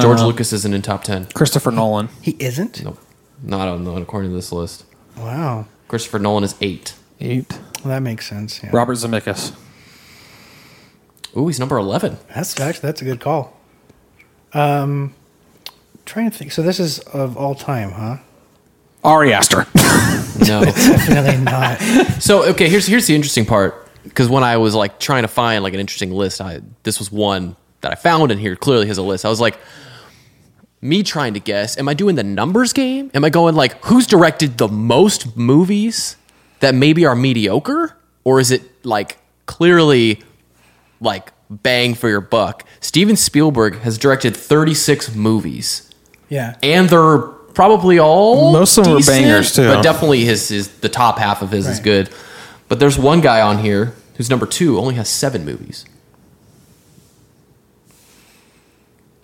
George Lucas isn't in top 10.
Christopher Nolan?
He isn't.
Nope. Not on, not according to this list.
Wow.
Christopher Nolan is eight.
Eight.
Well, that makes sense. Yeah.
Robert Zemeckis.
Ooh, he's number 11.
That's actually that's a good call. Um, trying to think. So this is of all time, huh?
Ari Aster.
No.
Definitely not.
so, okay, here's, here's the interesting part. Because when I was like trying to find like an interesting list, I, this was one that I found in here. Clearly has a list. I was like, me trying to guess, am I doing the numbers game? Am I going like who's directed the most movies that maybe are mediocre? Or is it like clearly like bang for your buck? Steven Spielberg has directed 36 movies
Yeah.
and they're probably all
Most of them are
decent,
bangers, too.
But definitely his is the top half of his is
Right.
good. But there's one guy on here who's number two, only has seven movies,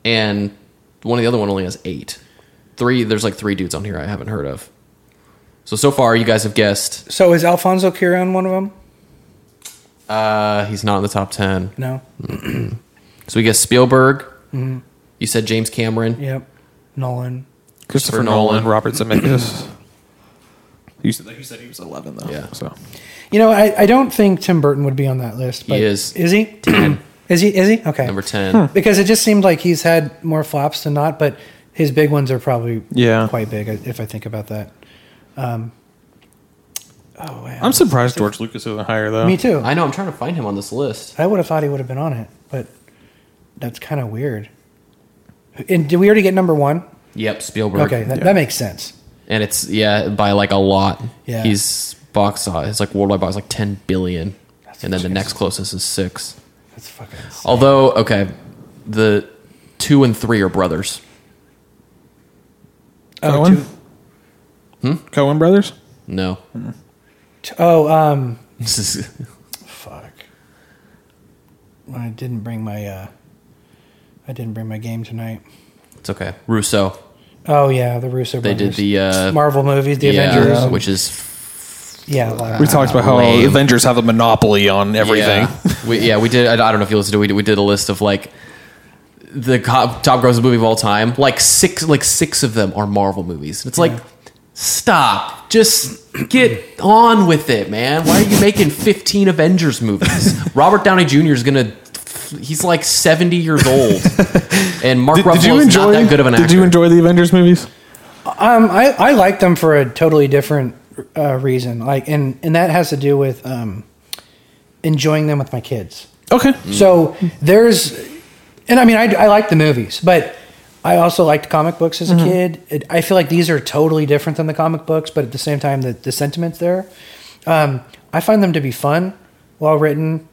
and one of the other one only has eight. Three there's like three dudes on here I haven't heard of. So so far you guys have guessed
So is Alfonso Cuarón one of them?
uh, he's not in the top ten.
No.
So we guess Spielberg.
Mm-hmm.
You said James Cameron.
Yep. Nolan.
Christopher
Nolan.
Nolan. Robert Zemeckis. you said you said he was eleven though.
Yeah.
So
You know, I, I don't think Tim Burton would be on that list. But
is.
Is he? is he? Is he? Okay.
Number ten.
Hmm.
Because it just seemed like he's had more flops than not, but his big ones are probably
Yeah.
quite big uh, if I think about that. Um, oh, wow.
I'm surprised George Lucas isn't higher though.
Me too.
I know I'm trying to find him on this list.
I would have thought he would have been on it, but that's kind of weird. And did we already get number one?
Yep, Spielberg.
Okay, that,
Yeah.
that makes sense.
and it's yeah by like a lot.
Yeah.
he's box office. It's like worldwide box like ten billion,
That's
and then the
crazy.
next closest is six.
That's fucking.
Although okay, the two and three are brothers.
Cohen? Cohen Hmm? Brothers?
No,
T- Oh, um,
this is
fuck. I didn't bring my. uh I didn't bring my game tonight.
it's okay. Russo,
Oh yeah, the Russo
they
brothers.
did the uh,
Marvel movies, the
yeah,
Avengers,
which is
yeah, a lot of-
We talked about how
Ah,
uh,
lame.
Avengers have a monopoly on everything.
Yeah, we, yeah, we did. I, I don't know if you listened to. it. We did, we did a list of like the top, top grossing movie of all time. Like six, like six of them are Marvel movies. It's like stop, just get on with it, man. Why are you making fifteen Avengers movies? Robert Downey Jr. is gonna. He's like seventy years old, and Mark
Did, did you
Ruffalo is not
enjoy?
that good of an actor.
Did you enjoy the Avengers movies?
Um, I, I like them for a totally different uh, reason. Like, and and that has to do with um, enjoying them with my kids.
Okay.
So there's, and I mean, I, I like the movies, but I also liked comic books
Mm-hmm.
as a kid. It, I feel like these are totally different than the comic books, but at the same time, the, the sentiment's there. Um, I find them to be fun, well written,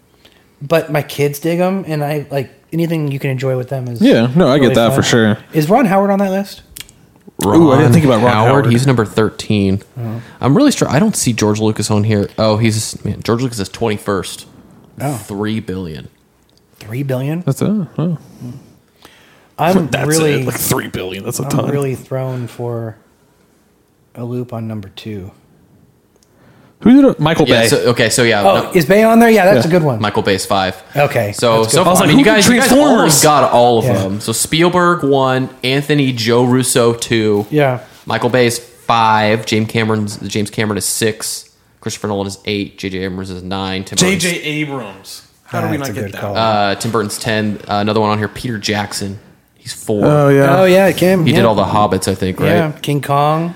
but my kids dig them, and I like anything you can enjoy with them is
Yeah, no, I get that for sure.
Is Ron Howard on that list?
Ooh, I didn't think about Ron Howard.
He's number thirteen.
Uh-huh.
I'm really sure. I don't see George Lucas on here. Oh, he's man, George Lucas is twenty first.
Oh.
Three billion.
Three billion.
That's it. Oh.
I'm
That's
really,
it. Like three billion. That's a
I'm
ton.
really thrown for a loop on number two.
Who did it? Michael
Yeah.
Bay.
So, okay. So yeah,
Oh,
no,
is Bay on there? Yeah, that's
Yeah.
a good one.
Michael Bay's five.
Okay,
So
that's good.
so
I
far, I
was like,
mean,
who
you guys,
did
you guys almost
Transformers?
got all of
Yeah.
them. So Spielberg one, Anthony Joe Russo two,
yeah,
Michael Bay's five, James Cameron's James Cameron is six, Christopher Nolan is eight, J.J. Abrams is nine, Tim Burton's,
Abrams. How
that's a good call.
uh, Tim Burton's ten. Uh, another one on here, Peter Jackson. He's four.
Oh yeah.
oh yeah, it came.
He
yeah.
did all the Hobbits, I think, right?
Yeah, King Kong.
And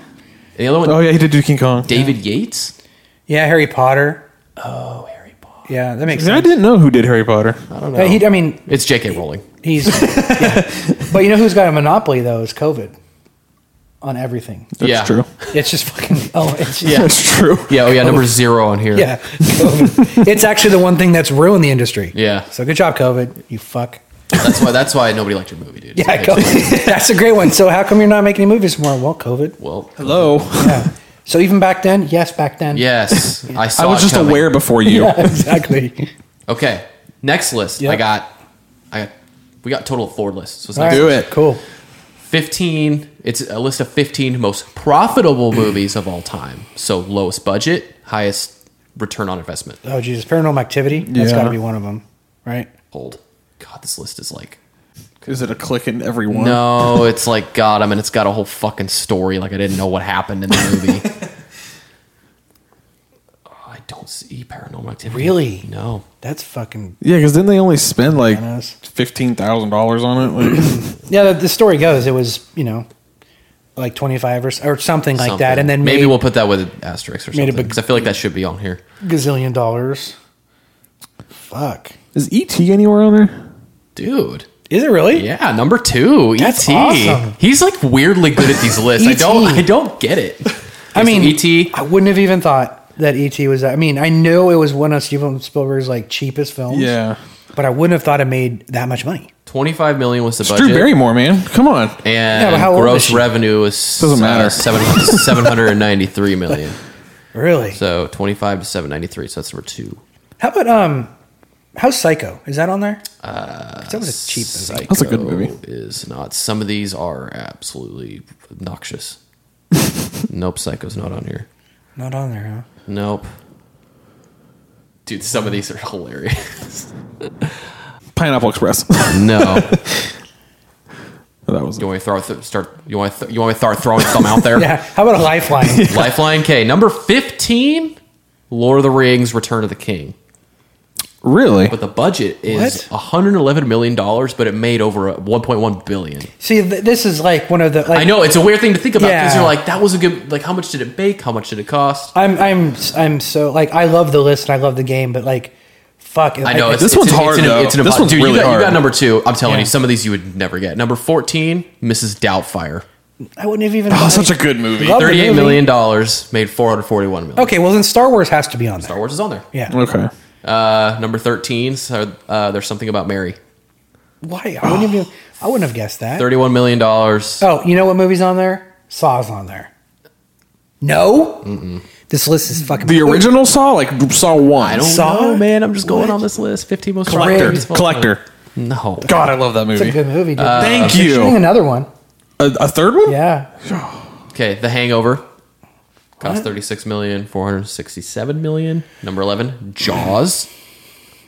the other one,
Oh yeah. He did do King Kong.
David Yates.
Yeah, Harry Potter.
Oh, Harry Potter.
Yeah, that makes
I
sense.
didn't know who did Harry Potter.
Uh, he, I mean,
It's J.K. Rowling.
he's. yeah. But you know who's got a monopoly though is COVID on everything.
That's
yeah.
true.
It's just fucking. Oh, it's just, yeah,
That's true.
Yeah. Oh yeah. Number zero on here.
yeah. COVID. it's actually the one thing that's ruined the industry.
Yeah.
So good job, COVID. You fuck.
That's why. That's why nobody liked your movie, dude.
Yeah,
It's
go.
like,
that's a great one. So how come you're not making any movies more? Well, COVID.
Well,
Hello.
Yeah. So even back then, yes, back then.
yes. I saw.
I was
it
just
coming.
aware before you.
Yeah, exactly.
Okay. Next list.
Yeah.
I got. I got. We got total of four lists. So it's
All
next
Do
list.
it.
Cool.
Fifteen. It's a list of fifteen most profitable movies of all time. So lowest budget, highest return on investment.
Oh Jesus, Paranormal Activity. That's
Yeah.
got to be one of them, right?
Hold. God, this list is like.
Is it a click in every one?
No, it's like God. I mean, it's got a whole fucking story. Like I didn't know what happened in the movie. Oh, I don't see paranormal activity.
Really?
No.
That's fucking
Yeah, because then they only spend like
Bananas.
fifteen thousand dollars on it. Like,
yeah. The, the story goes, it was you know, like twenty five or, s- or something like that,
Something.
and then
maybe
made
we'll put that with an asterisk or
made a
something
big-
because I feel like that should be on here.
gazillion dollars. Fuck.
is ET anywhere on there?
Dude.
Is it really?
Yeah, number two,
That's
ET.
awesome.
He's like weirdly good at these lists. I
E.T..
don't, I don't get it. E
I mean,
ET.
I wouldn't have even thought that ET was. that- I mean, I know it was one of Steven Spielberg's like cheapest films.
Yeah,
But I wouldn't have thought it made that much money.
Twenty-five million was the
Drew
budget,
Barrymore, man. Come on.
and
Yeah, but how old is
gross
she?
revenue was
Doesn't matter.
seven hundred and ninety-three million.
Really?
So twenty-five to seven ninety-three. So that's number two.
How about um, how's Psycho? Is that on there? Uh, that was a cheap movie.
Psycho
That's a good movie.
Is not. Some of these are absolutely obnoxious. nope, Psycho's not on here.
Not on there, huh?
Nope. Dude, some of these are hilarious.
Pineapple Express. that
no,
was
you want me to throw, th- start? You want to th- you want me to start throwing some out there?
Yeah. How about a Lifeline?
Lifeline K number fifteen. Lord of the Rings: Return of the King.
really.
But the budget is
What?
111 million dollars, but it made over uh, 1.1 billion.
See, th- this is like one of the. Like,
I know it's a weird thing to think about because
Yeah.
you're like, that was a good. Like, how much did it bake? How much did it cost?
I'm, I'm, I'm so like I love the list and I love the game, but like, fuck.
I know
like,
it's,
This
it's
one's
an-
hard,
It's an,
though.
it's an
This
abo-
one's
dude, you
really
got, You got
hard.
number two. I'm telling
Yeah.
you, some of these you would never get. Number 14, Mrs. Doubtfire.
I wouldn't have even.
oh, such a good movie. Oh.
Love- the
38
movie.
million dollars made 441 million.
Okay, well then Star Wars has to be on there.
Star Wars is on there.
Yeah.
Okay.
Uh, number 13, so, uh, there's something about Mary.
Why? I wouldn't even. I wouldn't have guessed that.
Thirty-one million
Uh,
dollars.
Oh, you know what movie's on there? Saw's on there. No, this list is fucking
The original Saw, like Saw One.
I don't
Saw?
know, man. I'm just going
What?
on this list. Fifteen most
Collector.
popular
collector.
movies of all
Collector.
time. No.
God, I love that
It's a
movie.
good movie, dude.
Uh,
Thank
They're shooting
you.
another one.
A, a third one?
Yeah,
Okay, The Hangover. Cost thirty-six million, four hundred sixty-seven million. Number eleven, Jaws.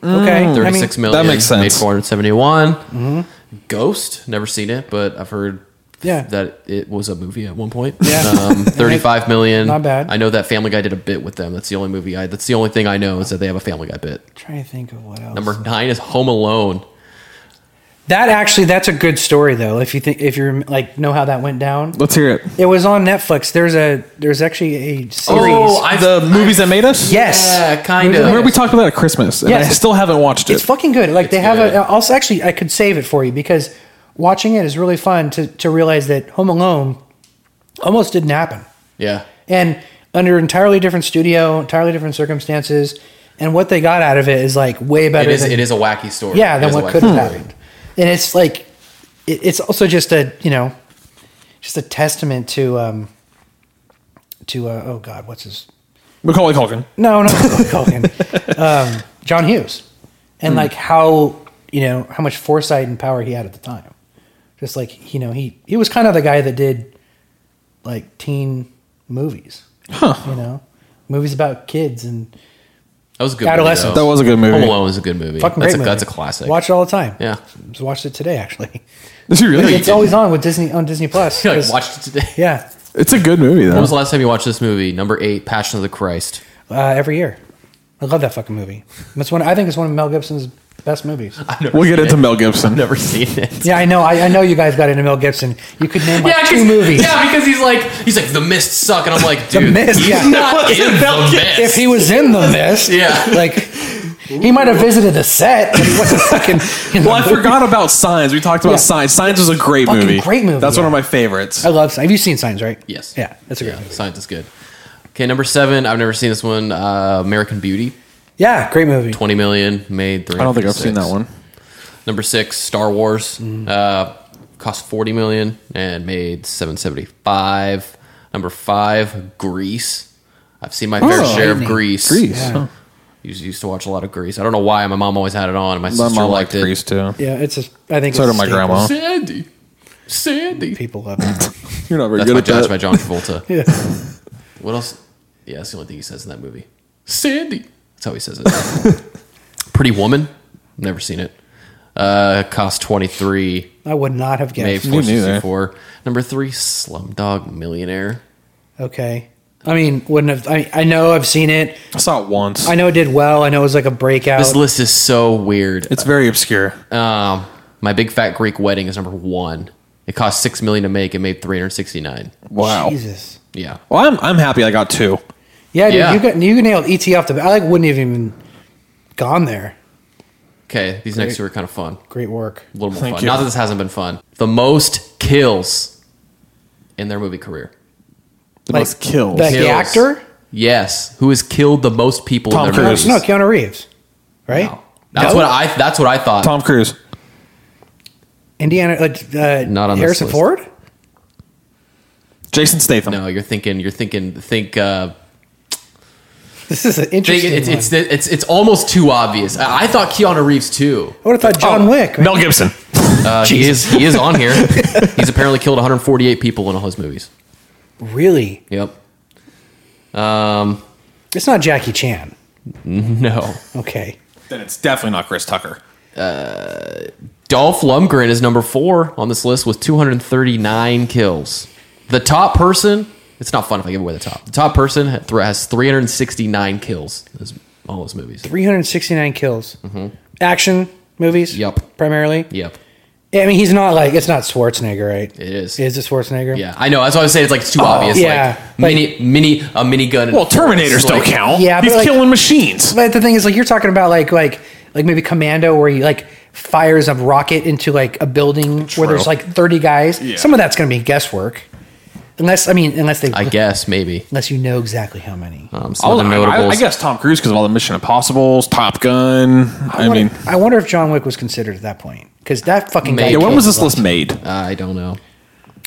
okay. Hmm. I mean,
Hmm.
Mm-hmm.
Thirty-six million.
that makes sense.
Made four hundred seventy-one. Ghost. Never seen it, but I've heard
Yeah.
that it was a movie at one point.
Yeah.
Um, Thirty-five million.
Not bad.
I know that Family Guy did a bit with them. That's the only movie I. That's the only thing I know is that they have a Family Guy bit.
trying to think of what else.
Number nine is Home Alone.
That actually, that's a good story though. If you think, if you're like know how that went down,
Let's hear it.
it was on Netflix. There's a there's actually a series.
Oh, I- I've-
the movies that made us.
yes,
Yeah, kind
I remember
of.
we talked about it at Christmas, and
Yes.
I still haven't watched it.
It's fucking good. Like they have
good.
a also actually I could save it for you because watching it is really fun to to realize that Home Alone almost didn't happen.
Yeah.
And under entirely different studio, entirely different circumstances, and what they got out of it is like way better
It is.
than
It is a wacky story.
yeah,
It
than
is a
what
wacky
could have
story.
happened. And it's like, it, it's also just a you know, just a testament to um, to uh, oh god, what's his
Macaulay Culkin.
no no Culkin, um, John Hughes,
Hmm.
and like how you know how much foresight and power he had at the time. Just like you know he he was kind of the guy that did like teen movies, you know, movies about kids and
That was a good.
Adolescence.
Movie,
That was a good movie.
Home Alone is a good movie.
fucking
that's
great
a,
movie.
That's a classic.
Watch it all the time.
Yeah.
just watched it today actually.
Is he really?
it's always on with Disney on Disney Plus.
Like,
'cause-
watched it today.
Yeah,
It's a good movie
When
though.
was the last time you watched this movie? Number eight, Passion of the Christ.
uh, every year. I love that fucking movie. That's one. I think it's one of Mel Gibson's best movies.
We'll get into Mel Gibson.
Never seen it.
Yeah, I know. I, I know you guys got into Mel Gibson. You could name like two movies.
Yeah, because he's like, he's like, the mist suck, and I'm like, dude,
Mist,
he's
yeah.
not in the mist.
If he was in the mist,
Yeah.
like he might have visited the set, but he wasn't fucking. in
Well, I
the movie.
forgot about Signs. We talked about
Yeah.
Signs. Signs was a great
Fucking
movie.
great movie,
That's one
yeah.
of my favorites.
I love. Signs. Have you seen Signs? Right.
yes,
Yeah, that's a great.
yeah,
movie.
science is good. Okay, number seven. I've never seen this one. Uh, American Beauty,
Yeah, great movie.
twenty million made.
I don't think I've seen that one.
Number six, Star Wars,
Mm.
uh, cost forty million and made seven seventy five. Number five, Grease. I've seen my fair
Oh,
share of
Disney.
Grease.
Grease.
Yeah.
Huh.
Used, used to watch a lot of Grease. I don't know why. My mom always had it on. and My,
My
sister
mom
liked
liked
it.
Grease too.
Yeah, it's a. I think
So
it's a
did my
staple.
grandma.
Sandy, Sandy.
People love it.
You're not very
That's
good
my,
at
that's
that.
my John Travolta.
Yeah.
What else? Yeah, that's the only thing he says in that movie. Sandy. That's how he says it. Pretty Woman. Never seen it. Uh, cost twenty three.
I would not have
May
guessed.
Me neither.
464. Number three, Slumdog Millionaire.
Okay. I mean, wouldn't have. I, I know I've seen it.
I saw it once.
I know it did well. I know it was like a breakout.
This list is so weird.
it's very obscure.
Um, my big fat Greek wedding is number one. It cost six million to make. It made three hundred sixty nine.
Wow.
Jesus.
Yeah,
Well, I'm, I'm happy I got two.
Yeah, dude,
Yeah.
you got you nailed ET off the. I like wouldn't have even gone there.
Okay, these next two are kind of fun.
Great work.
A little more
Thank
fun.
you.
Not that this hasn't been fun. The most kills in their movie career.
The
Like,
most kills.
Like
Kills.
the actor?
Yes, who has killed the most people
Tom
in their
Cruise.
movies?
No, Keanu Reeves, right?
No. That's
No?
what I. That's what I thought.
Tom Cruise.
Indiana. Uh, uh,
Not on this
Harrison
list.
Ford.
Jason Statham.
no, you're thinking. You're thinking. Think. Uh,
This is an
think
interesting.
it's, it's
one.
it's it's almost too obvious. I, I thought Keanu Reeves too.
I would have thought
Oh.
John Wick.
Oh. Mel Gibson.
Uh, he is he is on here. He's apparently killed 148 people in all his movies.
Really?
Yep. Um.
It's not Jackie Chan.
No.
Okay.
Then it's definitely not Chris Tucker.
Dolph Lundgren is number four on this list with 239 kills. The top person, it's not fun if I give away the top. The top person ha- th- has 369 kills in his- all his movies.
369 kills. Action movies.
Mm-hmm. Yup.
Primarily.
Yep,
I mean, he's not like it's not Schwarzenegger, right?
it is.
Is it Schwarzenegger?
yeah, I know. That's why I was saying it's like it's too obvious.
Oh, yeah.
like, mini, mini, a minigun. and
Well,
forks,
Terminators don't
like-
count.
Yeah, but
He's
like-
killing machines.
But the thing is, like, you're talking about like like like maybe Commando, where he like fires a rocket into like a building where there's like 30 guys.
Yeah.
Some of that's going to be guesswork. Unless I mean, unless they,
I guess maybe.
unless you know exactly how many.
Um, some
I,
other notables.
I, I guess Tom Cruise because of all the Mission Impossibles, Top Gun. I,
wonder,
mean,
I wonder if John Wick was considered at that point because that fucking guy.
Maybe.
yeah, when
killed
was
a
this
lot.
list made?
Uh, I don't know.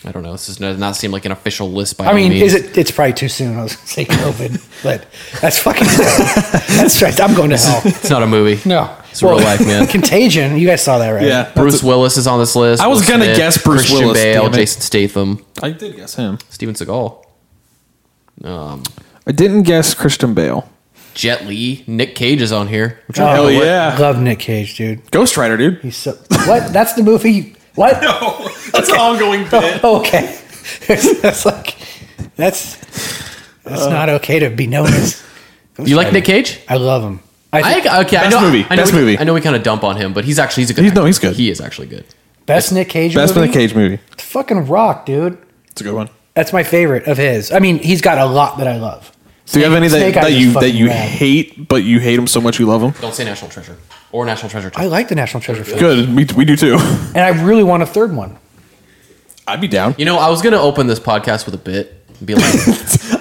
I don't know. This is- does not seem like an official list by
I
any
mean,
means.
is it? It's probably too soon. I was gonna say COVID, but that's fucking. that's right. I'm going to hell.
It's not a movie.
No,
It's real life, man.
Contagion. You guys saw that, right?
Bruce Willis is on this list.
I was
Will
gonna
Smith,
guess Bruce
Christian
Willis,
Bale,
damn it.
Jason Statham,
I did guess him.
Steven Seagal, um,
I didn't guess Christian Bale.
Jet Li, Nick Cage is on here. Which
Oh,
I don't
Hell
know what-
yeah,
Love Nick Cage, dude.
Ghost Rider, dude.
He's so. What? That's the movie. What?
That's an ongoing bit.
Oh, okay. that's like that's that's not okay to be known as.
You like Nick Cage?
I love him. I
I
think
think, okay, I
Best
know,
movie.
I know
Best
we,
movie.
I know we kind of dump on him, but he's actually he's a good.
He's- no,
actor.
he's good.
He is actually good.
best Nick Cage.
Best
movie?
Nick Cage movie.
Fucking rock, dude.
It's a good one.
That's my favorite of his. I mean, he's got a lot that I love.
Do you have any that,
Snake Eyes
that
is
you that
fucking
you
rad.
hate, but you hate him so much you love him?
Don't say National Treasure or National Treasure. Two.
I like the National Treasure film,
Good, we, we do too.
and I really want a third one.
I'd be down.
you know, I was gonna open this podcast with a bit and be like,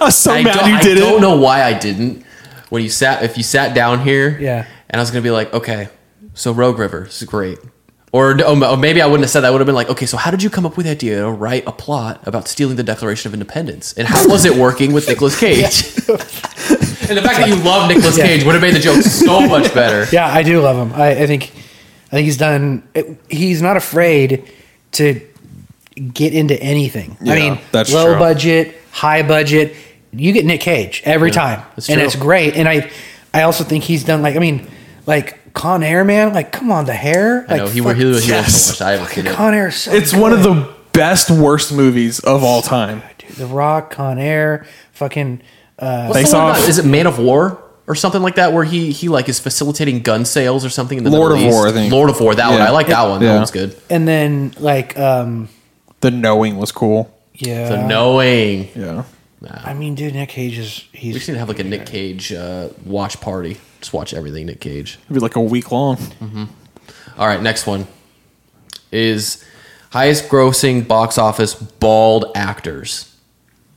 I'm so
I
mad
don't,
you did
I don't
it.
know why I didn't. When you sat, if you sat down here,
Yeah.
and I was gonna be like, okay, so Rogue River is great, or oh, m- maybe I wouldn't have said that. I would have been like, okay, so how did you come up with the idea to write a plot about stealing the Declaration of Independence, and how was it working with Nicolas Cage? and the fact that you love Nicolas Cage would have made the joke so much better.
Yeah, I do love him. I, I think, I think he's done. It, he's not afraid to get into anything.
Yeah,
I mean,
that's
low
true.
budget, high budget. You get Nick Cage every time,
that's
and
true.
it's great. And I, I also think he's done like I mean, like Con Air, man. Like, come on, the hair. Like,
I know he, he,
fuck-
he, he
yes.
wants to watch. That. I haven't seen it.
Con Air. is so
It's one of the best worst movies of all time.
good. The Rock, Con Air, fucking.
What's
Face
the one
Off.
about- Is it Man of War or something like that, where he he like is facilitating gun sales or something in the
Lord
Middle
of
East?
War, I think.
Lord of War. That one.
Yeah.
I like that one.
Yeah.
That one's good.
And then like um
The Knowing was cool.
yeah.
The knowing.
Yeah.
I mean, dude, Nick Cage is
We
he's
just need to have like a Nick Cage uh, watch party. Just watch everything Nick Cage.
It'd be like a week long.
All right, next one is highest grossing box office bald actors.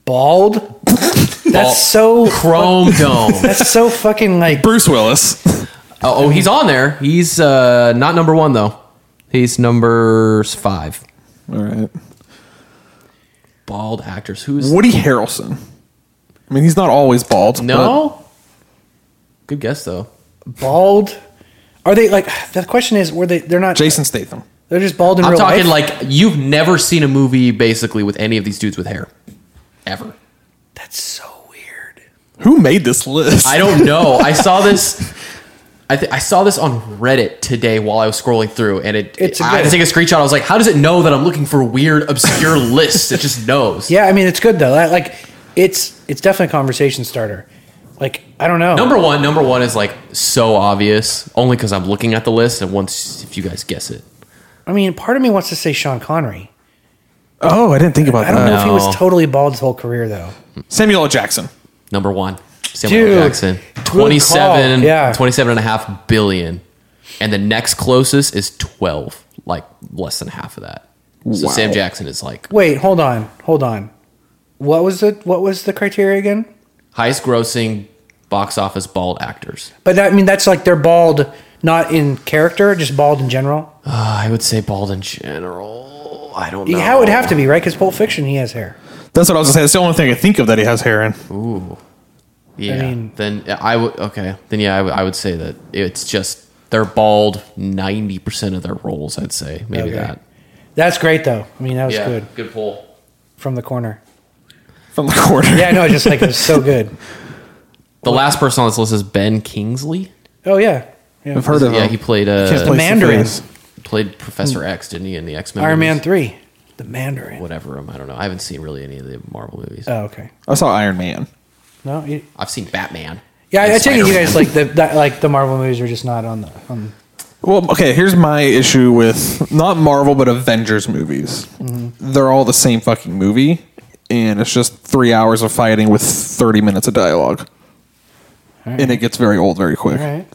bald.
Bald-
That's so
Chrome Dome.
that's so fucking like
Bruce Willis.
Oh, oh, he's on there. He's uh, not number one though. He's number five.
all right.
Bald actors. Who's
Woody Harrelson. I mean, he's not always bald.
no? Good guess though.
bald. Are they like the question is were they they're not
but Jason Statham.
they're just bald in
I'm
real
talking
life?
like you've never seen a movie basically with any of these dudes with hair, ever.
that's so weird.
Who made this list?
I don't know. I saw this. I, th- I saw this on Reddit today while I was scrolling through, and it.
It's
it I had to
good.
take a screenshot. I was like, "How does it know that I'm looking for weird, obscure lists? It just knows."
Yeah, I mean it's good though. That, like it's it's definitely a conversation starter. Like I don't know.
Number one, number one is like so obvious, only because I'm looking at the list, and once if you guys guess it,
I mean, part of me wants to say Sean Connery.
oh, I didn't think about
I don't know if he
No.
was totally bald his whole career though.
Samuel L. Jackson.
number one, Samuel L.
Dude,
Jackson,
good call.
27,
Yeah.
27 and a half billion, and the next closest is twelve, like less than half of that. So
Wow.
Sam Jackson is like
Wait, hold on, hold on. What was the what was the criteria again?
highest grossing box office bald actors.
But that, I mean, that's like they're bald, not in character, just bald in general.
Uh, I would say bald in general. I don't know.
How it would have to be, right? Because Pulp Fiction, he has hair.
That's what I was gonna say. That's the only thing I think of that he has hair in.
Yeah.
mean-
then I would. Okay. Then yeah, I would- I would say that it's just they're bald ninety percent of their roles. I'd say maybe
Okay.
that.
That's great, though. I mean, that was good
Good pull.
from the corner.
From the corner.
Yeah, no, just like it was so good.
The last person on this list is Ben Kingsley.
Oh yeah, yeah.
I've heard of
Yeah,
Oh.
him.
he played uh,
Can't place the
Mandarin.
face.
played Professor X, didn't he, in the X Men?
Iron Man three, the Mandarin.
Whatever. um, I don't know. I haven't seen really any of the Marvel movies.
Oh okay.
I saw Iron Man.
No, you,
I've seen Batman.
yeah, I, I
and
take it you
Spider-Man.
guys like the that, like the Marvel movies are just not on the. On,
Well, okay, here's my issue with not Marvel but Avengers movies.
Mm-hmm.
They're all the same fucking movie, and it's just three hours of fighting with thirty minutes of dialogue, and it gets very old very quick.
all right.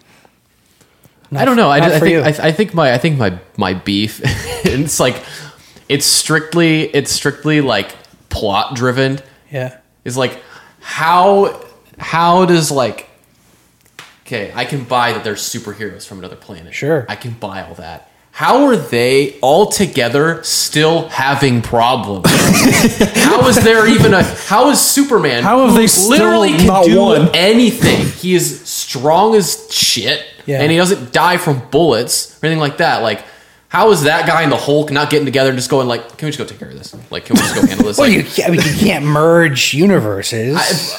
I don't know. I,
not
I
for you.
think I, I think my I think my my beef. it's like it's strictly it's strictly like plot driven
Yeah.
is like how how does like okay i can buy that they're superheroes from another planet
Sure.
i can buy all that how are they all together still having problems how is there even a how is superman
How have they
who
still
literally can
not
do
won?
anything he is strong as shit
Yeah.
and he doesn't die from bullets or anything like that like how is that guy and the Hulk not getting together and just going like, can we just go take care of this? Like, can we just go handle this?
Well,
Like,
you can't, I mean, you can't merge universes.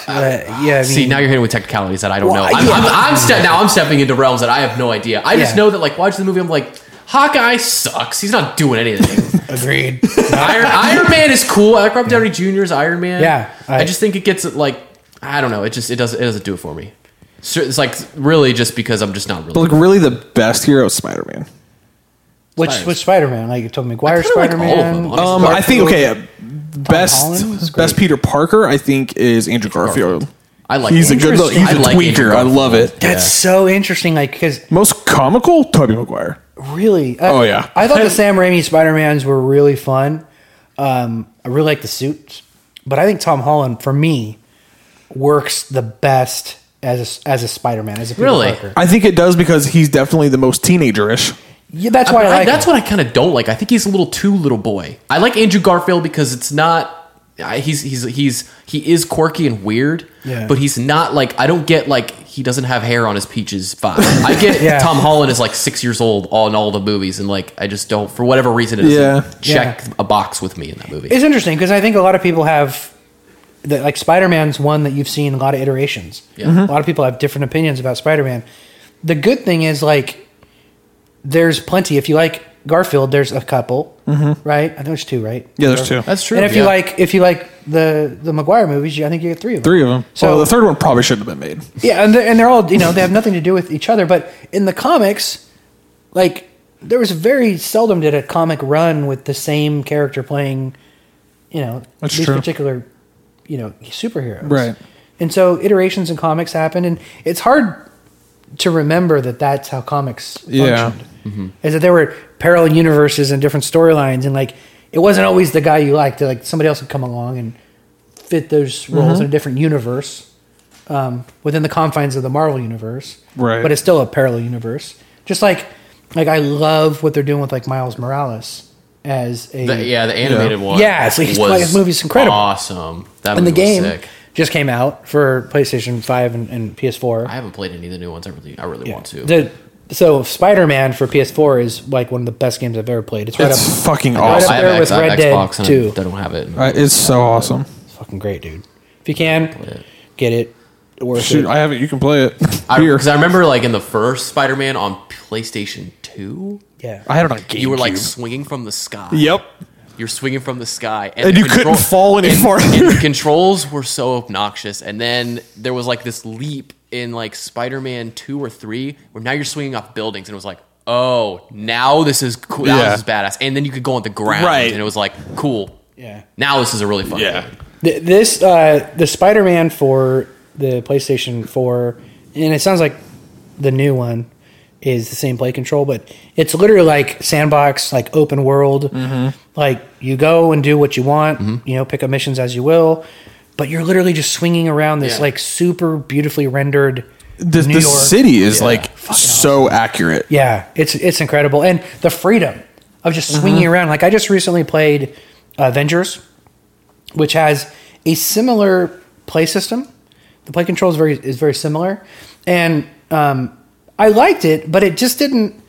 but, yeah, I mean,
See, now you're hitting with technicalities that I don't
Mm. Well,
know. I'm,
yeah.
I'm, I'm ste- now I'm stepping into realms that I have no idea. I just
Yeah.
know that like watching the movie, I'm like, Hawkeye sucks. He's not doing anything.
agreed.
Iron, Iron Man is cool. I like Rob Downey Jr.'s Iron Man.
Yeah,
I,
I-
just think it gets like I don't know. It just it doesn't it doesn't do it for me. So it's like really just because I'm just not really.
But like really the best hero is Spider-Man.
Which
Spiders.
which Spider Man? Like Tobey Maguire
kinda like
Spider
all of
Man.
them,
Um, I think okay, uh,
Holland was
best
great.
best Peter Parker I think is Andrew Garfield.
I like
he's
Andrew
a good little, he's
I
a
like Andrew
tweaker. I
Garfield.
love it.
That's so interesting. Like because
Most comical Tobey Maguire.
really, uh,
Oh, yeah.
I thought the Sam Raimi Spider Mans were really fun. Um, I really like the suits, but I think Tom Holland for me works the best as a, as a Spider Man as a Peter
Really?
Parker.
I think it does because he's definitely the most teenagerish.
Yeah, that's why I,
I-
like.
that's
him.
what I kind of don't like. I think he's a little too little boy. I like Andrew Garfield because it's not. I, he's he's he's he is quirky and weird,
Yeah.
but he's not like I don't get like he doesn't have hair on his peaches vibe. I get
Yeah.
Tom Holland is like six years old on all the movies, and like I just don't for whatever reason it doesn't
Yeah.
check a box with me in that movie.
It's interesting because I think a lot of people have that like Spider Man's one that you've seen a lot of iterations.
Yeah. Mhm.
A lot of people have different opinions about Spider Man. The good thing is like there's plenty. If you like Garfield, there's a couple,
Mm-hmm.
right? I think there's two, right?
Yeah, there's two.
That's true.
And if you
Yeah.
like, if you like the the McGuire movies, you- I think you get three of them.
Three of them. So
So-
the third one probably shouldn't have been made.
Yeah, and they're, and they're all you know they have nothing to do with each other. But in the comics, like there was very seldom did a comic run with the same character playing, you know,
That's
these
true.
particular, you know, superheroes.
Right.
And so iterations in comics happen, and it's hard to remember that that's how comics
Yeah.
functioned. Is that there were parallel universes and different storylines, and like it wasn't always the guy you liked. Like somebody else would come along and fit those roles
Mm-hmm.
in a different universe um, within the confines of the Marvel universe,
Right.
But it's still a parallel universe. Just like like I love what they're doing with like Miles Morales as a
The- yeah, the animated one.
Yeah, it's like he's playing- his movie's incredible.
Awesome. That
and the
movie was
game
sick.
just came out for PlayStation Five and, and PS4.
I haven't played any of the new ones. I really I really want to.
The- so Spider Man for PS4 is like one of the best games I've ever played. It's right up,
It's fucking
right
awesome.
I
there
have X-
with Red Dead
Xbox and I
2.
don't have it.
Uh, It's so awesome.
it's fucking great, dude. If you can, get it. Worth
Shoot,
it.
I have it. You can play it. Here.
Because I, remember, like in the first Spider-Man on PlayStation Two,
yeah.
I had it on GameCube.
you were like swinging from the sky.
yep.
you're swinging from the sky,
And
the
you couldn't fall any
and-
farther.
and the controls were so obnoxious, and then there was like this leap in like Spider-Man Two or Three, where now you're swinging off buildings, and it was like, oh, now this is cool. Now
Yeah.
this is badass. And then you could go on the ground,
Right.
And it was like, cool.
Yeah.
Now this is a really fun.
Yeah.
game.
Th- This uh, the Spider Man for the PlayStation Four, and it sounds like the new one is the same play control, but it's literally like sandbox, like open world. Like you go and do what you want, you know, pick up missions as you will, but you're literally just swinging around this
Yeah.
like super beautifully rendered.
The,
New
the
York.
city is like so accurate.
Yeah, it's it's incredible, and the freedom of just swinging around. Like I just recently played Avengers, which has a similar play system. The play control is very is very similar, and um, I liked it, but it just didn't.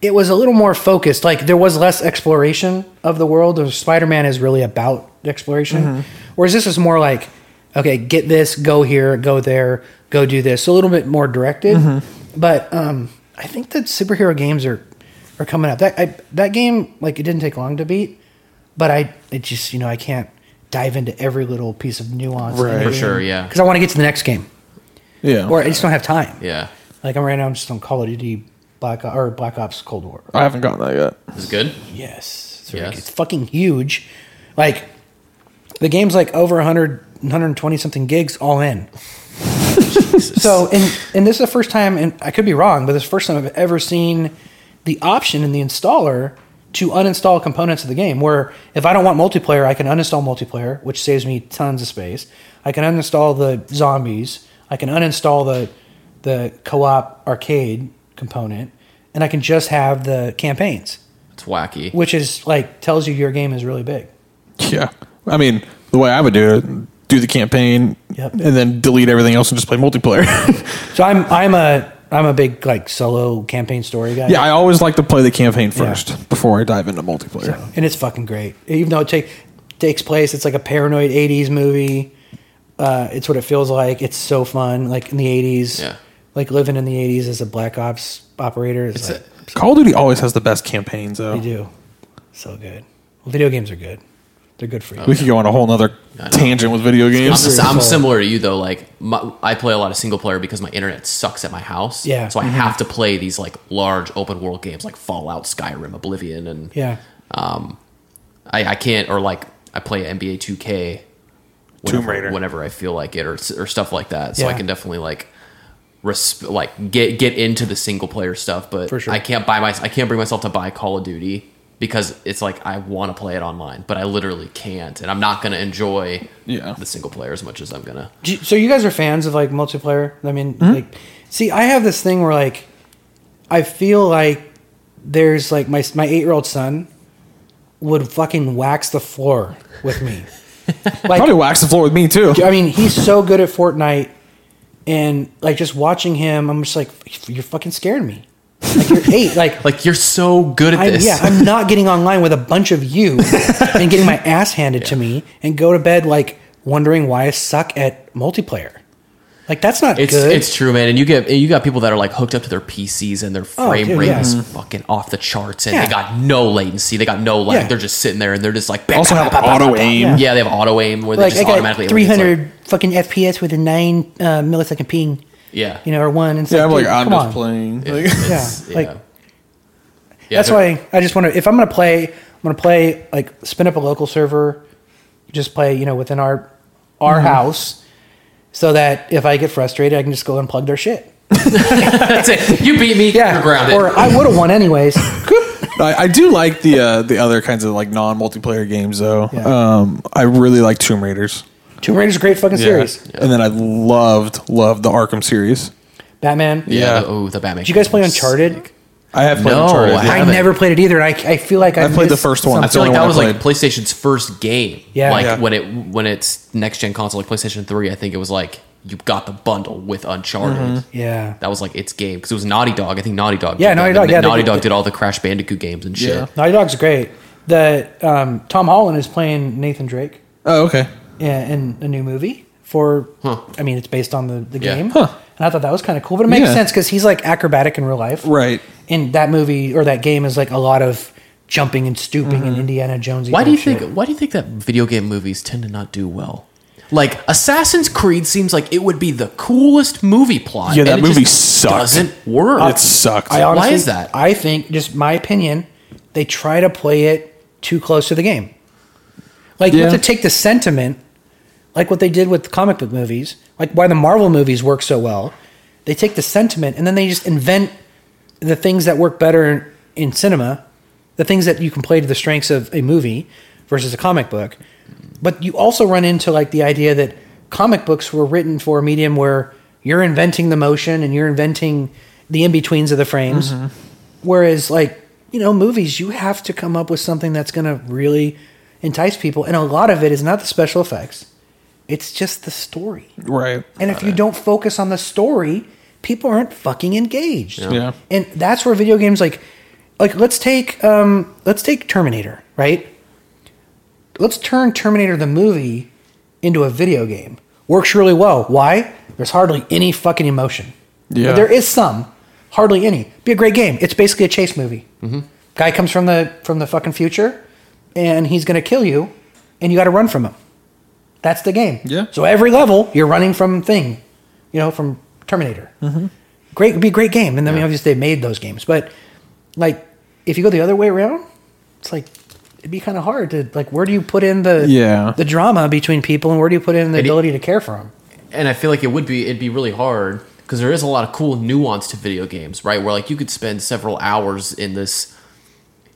It was a little more focused. Like there was less exploration of the world. Spider Man is really about exploration, whereas this is more like, okay, get this, go here, go there, go do this. So a little bit more directed, but um, I think that superhero games are are coming up. That I, that game like it didn't take long to beat, but I it just you know I can't dive into every little piece of nuance
Right. For
sure, yeah.
because I want to get to the next game
Yeah.
or I just don't have time.
Yeah.
Like I'm right now, I'm just on Call of Duty Black O- or Black Ops Cold War.
I haven't gotten that yet.
Is it good?
Yes, it's,
Yes.
ridiculous. it's fucking huge. Like the game's like over 100, 120 something gigs all in. so and and this is the first time, and I could be wrong, but this is the first time I've ever seen the option in the installer to uninstall components of the game. Where if I don't want multiplayer, I can uninstall multiplayer, which saves me tons of space. I can uninstall the zombies. I can uninstall the the co-op arcade component, and I can just have the campaigns,
It's wacky.
which is like tells you your game is really big.
Yeah. I mean, the way I would do it, do the campaign
Yep.
and then delete everything else and just play multiplayer.
So I'm I'm a I'm a big like solo campaign story guy.
yeah, I always like to play the campaign first before I dive into multiplayer.
and it's fucking great. Even though it take, takes place, it's like a paranoid '80s movie. Uh, it's what it feels like. It's so fun, like in the '80s.
Yeah.
Like living in the '80s as a black ops operator is like,
Call of Duty always has the best campaigns, though.
they do so good. Well, video games are good. They're good for you.
We could go on a whole nother tangent with video
I'm,
games.
the- I'm
Cool.
similar to you though. Like my, I play a lot of single player because my internet sucks at my house.
Yeah. Mm-hmm.
So I have to play these like large open world games like Fallout, Skyrim, Oblivion, and
yeah.
I, I can't or like I play NBA 2K whenever,
Tomb Raider.
whenever I feel like it or or stuff like that. So I
Yeah.
can definitely like resp- like get get into the single player stuff, but
For sure.
I can't buy my I can't bring myself to buy Call of Duty because it's like I want to play it online, but I literally can't and I'm not going to enjoy
Yeah.
the single player as much as I'm going to.
Do you- So you guys are fans of like multiplayer? I mean, like, see, I have this thing where like, I feel like there's like my my eight year old son would fucking wax the floor with me. like,
Probably wax the floor with me, too.
I mean, he's so good at Fortnite, and like just watching him, I'm just like, you're fucking scaring me. Like you're eight. Like,
Like you're so good at
I,
this.
yeah, I'm not getting online with a bunch of you and getting my ass handed to me, and go to bed like wondering why I suck at multiplayer. Like that's not
It's
good.
it's true, man. And you get you got people that are like hooked up to their PCs and their
Oh,
frame
dude,
rate
yeah.
is fucking off the charts, and
Yeah.
they got no latency, they got no lag.
Yeah.
They're just sitting there and they're just like
Also have auto aim.
Yeah, they have auto aim where they
like
just
I
automatically
got
it's like-
300 fucking FPS with a nine uh, millisecond ping,
yeah,
you know, or one. And it's
Yeah, I'm like,
dude,
I'm
come
just
on.
playing.
It-
Like-
it's-
Yeah, like-
Yeah,
That's
they're-
why I just want to. If I'm gonna play, I'm gonna play like spin up a local server, just play you know within our our
Mm-hmm.
house, so that if I get frustrated, I can just go unplug their shit.
that's it. You beat me. You're grounded.
or I would have won anyways.
I, I do like the uh, the other kinds of like non multiplayer games though.
Yeah.
Um, I really like Tomb Raiders.
Tomb Raider's a great fucking series.
And then I loved loved the Arkham series.
Batman.
yeah.
yeah.
The, oh, the Batman.
Did you guys play
games.
Uncharted?
I have played
No,
Uncharted.
I
yeah.
I
haven't.
never played it either. I, I feel like I,
I played the
missed
first one.
I feel like
something.
That's the
that
only
was
one I
like PlayStation's first game.
Yeah.
like
Yeah.
when it when it's next gen console, like PlayStation Three. I think it was like you got the bundle with Uncharted.
Mm-hmm.
Yeah.
That was like its game because it was Naughty Dog. I think Naughty Dog.
Yeah,
did
Naughty
them, and
Dog, yeah, they
Naughty
did-
Dog did all the Crash Bandicoot games and shit.
Yeah.
Naughty Dog's great. The um, Tom Holland is playing Nathan Drake
Oh, okay.
yeah, in a new movie for.
Huh.
I mean, it's based on the, the
Yeah.
game,
Huh.
and I thought that was kind of cool. But it makes
Yeah.
sense because he's like acrobatic in real life,
Right.
And that movie or that game is like a lot of jumping and stooping and Indiana
Mm-hmm.
Jonesy.
Why do you
kind of
think?
Oh, shit.
Why do you think that video game movies tend to not do well? Like Assassin's Creed seems like it would be the coolest movie plot.
Yeah,
and
that
it
movie
just
sucked.
Doesn't work.
It sucked.
I honestly,
Why is that?
I think, just my opinion, they try to play it too close to the game. Like you have
Yeah.
to take the sentiment, like what they did with comic book movies, like why the Marvel movies work so well. They take the sentiment and then they just invent the things that work better in, in cinema, the things that you can play to the strengths of a movie versus a comic book. But you also run into like the idea that comic books were written for a medium where you're inventing the motion and you're inventing the in betweens of the frames.
Mm-hmm.
Whereas, like, you know, movies, you have to come up with something that's going to really entice people. And a lot of it is not the special effects, it's just the story.
Right.
And if you don't focus on the story, people aren't fucking engaged.
Yeah.
And that's where video games like like let's take um let's take Terminator, right? Let's turn Terminator the movie into a video game. Works really well. Why? There's hardly any fucking emotion.
Yeah.
But there is some, hardly any. Be a great game. It's basically a chase movie.
Mm-hmm.
Guy comes from the from the fucking future, and he's gonna kill you, and you got to run from him. That's the game.
Yeah.
So every level, you're running from thing, you know, from Terminator. Great, it'd be a great game. And then I mean, obviously they made those games, but like if you go the other way around, it's like it'd be kind of hard to like where do you put in the
Yeah.
the drama between people and where do you put in the
And it-
ability to care for them?
and I feel like it would be it'd be really hard because there is a lot of cool nuance to video games, right? Where like you could spend several hours in this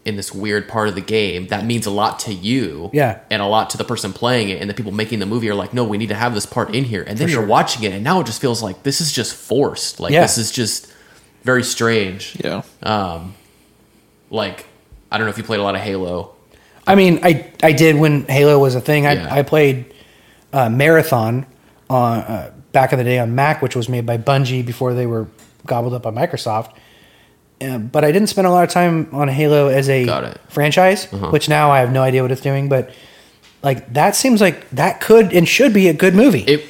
in this weird part of the game that means a lot to you
Yeah.
and a lot to the person playing it and the people making the movie are like no we need to have this part in here and then you're watching it and now it just feels like this is just forced like
Yeah.
this is just very strange
Yeah.
like i don't know if you played a lot of halo
I mean, I I did when Halo was a thing. I
Yeah.
I played uh, Marathon on uh, back in the day on Mac, which was made by Bungie before they were gobbled up by Microsoft. Uh, but I didn't spend a lot of time on Halo as a
Got it. Uh-huh.
franchise, which now I have no idea what it's doing. But like that seems like that could and should be a good movie.
it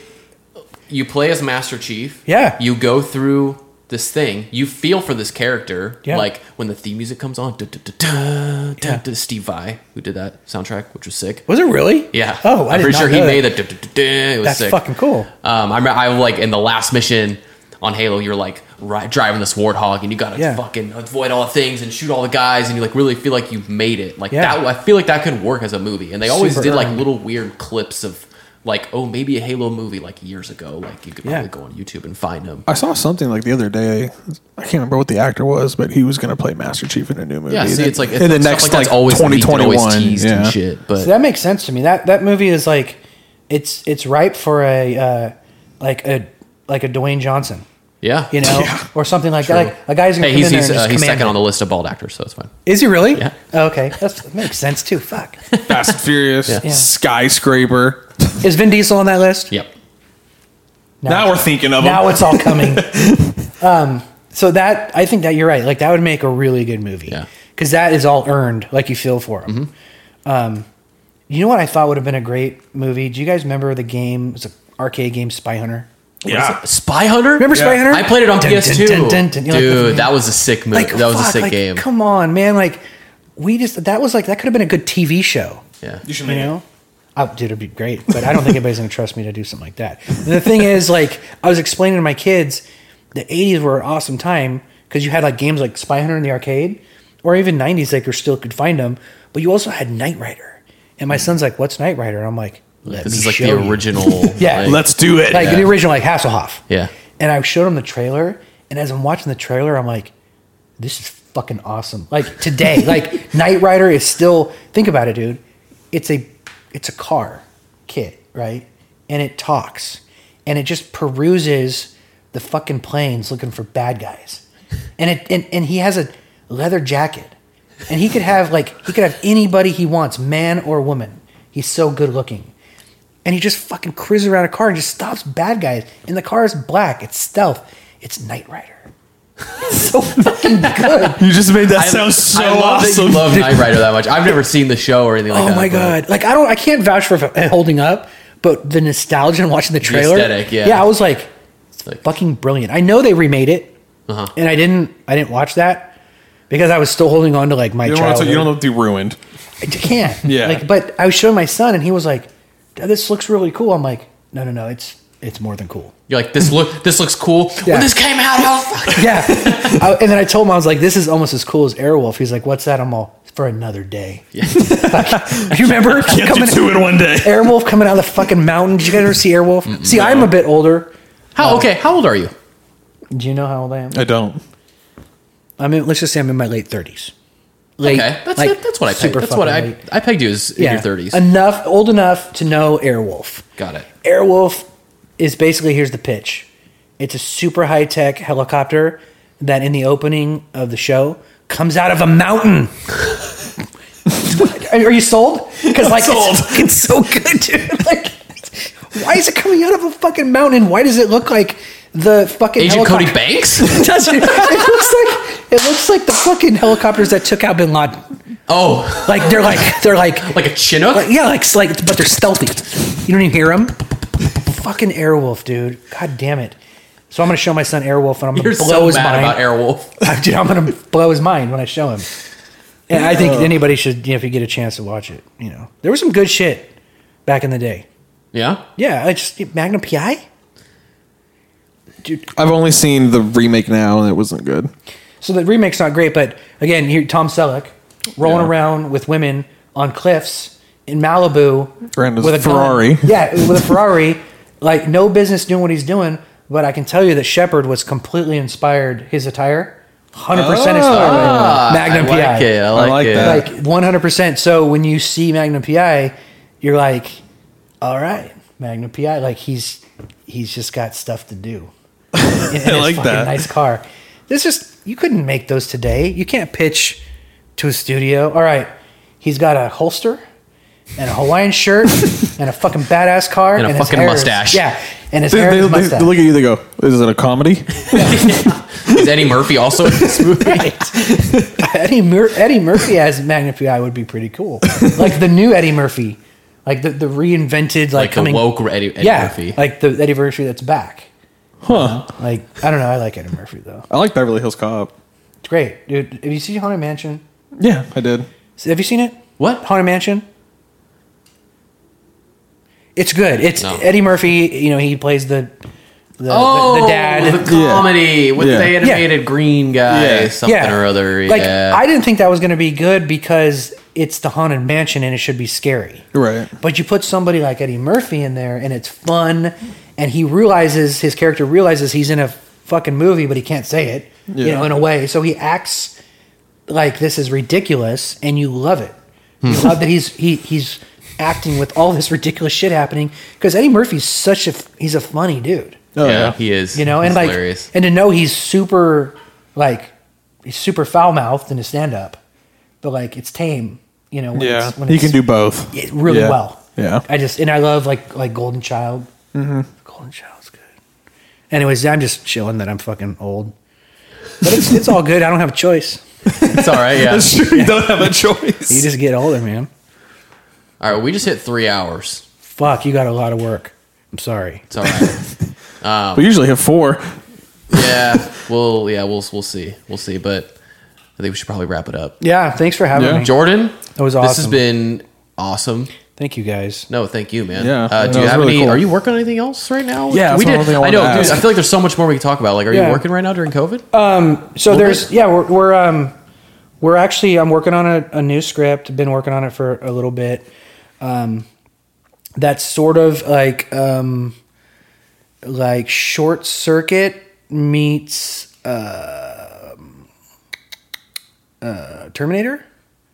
you play as master chief
Yeah.
you go through this thing you feel for this character
Yeah.
like when the theme music comes on duh, duh, duh, duh, duh, duh, steve vai who did that soundtrack which was sick
was it really?
yeah
Oh, I
am
did
pretty
not
sure
know
he
that.
made a duh, duh, duh, duh, it was
That's
sick
fucking cool.
um, I, remember, I like in the last mission on Halo, you're like ri driving this warthog, and you gotta
Yeah.
fucking avoid all the things and shoot all the guys, and you like really feel like you've made it. Like
Yeah.
that, I feel like that could work as a movie. And they always
Super
did like
earned.
little weird clips of like, oh, maybe a Halo movie like years ago. Like you could
Yeah.
probably go on YouTube and find them.
I saw something like the other day. I can't remember what the actor was, but he was going to play Master Chief in a new movie.
Yeah, see, it's like
in the next like,
leaked and
2021.
teased
yeah.
and shit. But
So that makes sense to me. That that movie is like, it's it's ripe for a uh, like a like a Dwayne Johnson.
yeah,
you know,
Yeah.
or something like
True.
that. Like a guy's gonna
hey,
come
he's
in there
he's,
and
uh,
just
he's
command
second
it.
on the list of bald actors, so it's fine.
Is he really?
Yeah.
Oh, okay, That's, that makes sense too. Fuck.
Fast and Furious,
Yeah.
skyscraper.
Is Vin Diesel on that list?
Yep.
Now we're thinking of
Now
him.
it's all coming. um, so that I think that you're right. Like that would make a really good movie.
Yeah.
Because that is all earned. Like you feel for him. Um,
Mm-hmm.
you know what I thought would have been a great movie? Do you guys remember the game? It's an arcade game, Spy Hunter.
Yeah.
Spy Hunter.
Remember Spy
Yeah.
Hunter?
I played it on
Dun, dun,
PS2.
dun, dun, dun. You're like,
Dude, that was a sick movie.
like,
that was a
fuck,
sick
like,
game.
Come on, man. Like we just that was like that could have been a good TV show.
Yeah.
should
you know oh, dude it'd be great but i don't think anybody's gonna trust me to do something like that and the thing is like i was explaining to my kids the 80s were an awesome time because you had like games like spy hunter in the arcade or even 90s like you still could find them but you also had knight rider and my son's like what's knight rider and i'm like Let
this
me
is like
show
the
you."
original.
Yeah.
like,
Let's do it.
like the original like hasselhoff
Yeah.
and i showed him the trailer and as i'm watching the trailer i'm like this is fucking awesome like today like knight rider is still think about it dude it's a it's a car kit right and it talks and it just peruses the fucking planes looking for bad guys and it and, and he has a leather jacket and he could have like he could have anybody he wants man or woman he's so good looking and he just fucking cruises around a car and just stops bad guys. And the car is black. It's stealth. It's Knight Rider. It's so fucking good.
You just made that sound so
I love that
awesome.
you love Knight Rider that much. I've never seen the show or anything like that.
oh my
but
god! Like I don't, I can't vouch for it holding up, but the nostalgia and watching the trailer,
aesthetic, yeah.
I was like,
it's like-
fucking brilliant. I know they remade it,
Uh-huh.
and I didn't, I didn't watch that because I was still holding on to like my
You don't, want
childhood.
to, you don't want to be ruined.
I can't.
Yeah.
Like, but I was showing my son, and he was like, "This looks really cool." I'm like, "No, no, no! It's it's more than cool."
You're like this look. This looks cool.
Yeah.
When this came out, how fuck-
Yeah. I, and then I told him, I was like, this is almost as cool as Airwolf. He's like, what's that? I'm all, "It's for another day. Like, you remember coming,
in one day.
Airwolf coming out of the fucking mountain? Did you guys ever see Airwolf? see, I'm a bit older. Oh.
how okay? How old are you?
Do you know how old I am?
I don't.
I mean, let's just say I'm in my late 30s. Late,
Okay, that's
like,
that- that's what I pegged.
super
That's what
fucking
I
late.
I pegged you as in your thirties.
Enough, old enough to know Airwolf.
Got it.
Airwolf is basically here's the pitch. It's a super high tech helicopter that in the opening of the show comes out of a mountain. Are are you sold? Because like It's, so good, dude. Like, why is it coming out of a fucking mountain? Why does it look like the fucking
Agent
helicopter?
Cody Banks.
Does it? it looks like it looks like the fucking helicopters that took out Bin Laden.
Oh,
Like they're like they're like
like a Chinook.
like, yeah, like, it's like, but they're stealthy. You don't even hear them. Fucking Airwolf, dude. God damn it. So I'm gonna show my son Airwolf, and I'm gonna
You're
blow
so
his
mad
mind.
about Airwolf.
Dude, I'm gonna blow his mind when I show him. And I think anybody should, you know, if you get a chance to watch it, you know, there was some good shit back in the day.
Yeah.
Yeah, I just Magnum PI. Dude,
I've only seen the remake now, and it wasn't good.
so the remake's not great, but again, here Tom Selleck rolling
Yeah.
around with women on cliffs in Malibu
Around his
gun.
Ferrari.
Yeah, with a Ferrari. like no business doing what he's doing, but I can tell you that Shepard was completely inspired his attire Hundred percent accelerated. Magnum
Uh, Ah, I
PI.
like it. I like,
like
it.
that.
like 100% so when you see magnum pi you're like all right magnum pi like he's he's just got stuff to do in, in his
like
fucking
that.
nice car this just you couldn't make those today you can't pitch to a studio all right he's got a holster and a hawaiian shirt and a fucking badass car
And a
his
fucking
hair is-
mustache.
yeah and his
They,
hair
they-
is
they
mustache
look at you. They go, "Is it a comedy?"
Is Eddie Murphy also in this movie?
Right. Eddie, Mur- Eddie Murphy as Magnum PI would be pretty cool. Like the new Eddie Murphy, like the, the reinvented, like,
Like the
coming
woke Eddie, Eddie
yeah,
Murphy.
like the Eddie Murphy that's back.
Huh?
Like I don't know, I like Eddie Murphy though.
I like Beverly Hills Cop.
It's great, dude. Have you seen Haunted Mansion?
Yeah, I did.
Have you seen it?
What?
Haunted Mansion? It's good. It's
No.
Eddie Murphy. You know he plays the the, the-
Oh,
the, dad.
the comedy with
Yeah.
the animated green guy,
Yeah.
something or other.
Like
yeah.
I didn't think that was going to be good because it's the haunted mansion and it should be scary.
Right.
But you put somebody like Eddie Murphy in there, and it's fun, and he realizes his character realizes he's in a fucking movie, but he can't say it, you
Yeah.
know, in a way. So he acts like this is ridiculous, and you love it. You love that he's he he's acting with all this ridiculous shit happening because Eddie Murphy's such a f- he's a funny dude,
Oh
yeah,
yeah.
he is.
you know, and
He's
like
hilarious.
and to know he's super like he's super foul mouthed in his stand up, but like it's tame, you know. When
Yeah.
it's, when
He
it's-
can do both.
it really
Yeah.
well.
Yeah.
I just and I love like like Golden Child. Golden Child's good. Anyways, I'm just chilling that I'm fucking old, but it's it's all good. I don't have a choice.
It's all right. Yeah.
That's true. You don't have a
You
choice.
just get older, man.
All right. We just hit three hours.
Fuck, you got a lot of work. I'm sorry.
It's all right.
We usually have four.
yeah. We'll yeah. We'll we'll see. We'll see. But I think we should probably wrap it up.
Yeah, thanks for having
Yeah.
me.
Jordan,
That was
This has
awesome.
been awesome.
Thank you guys.
No, thank you, man.
Yeah,
Uh,
that
do you
was
have
really
any?
cool.
Are you working on anything else right now?
Yeah,
we
that's
did.
one thing I
I, know,
wanted to
dude.
ask.
I feel like there's so much more we can talk about. Like, are
Yeah.
you working right now during COVID?
So
Little
there's yeah, we're, we're um we're actually I'm working on a, a new script. Been working on it for a little bit. Um, that's sort of like um like short circuit meets uh, uh Terminator.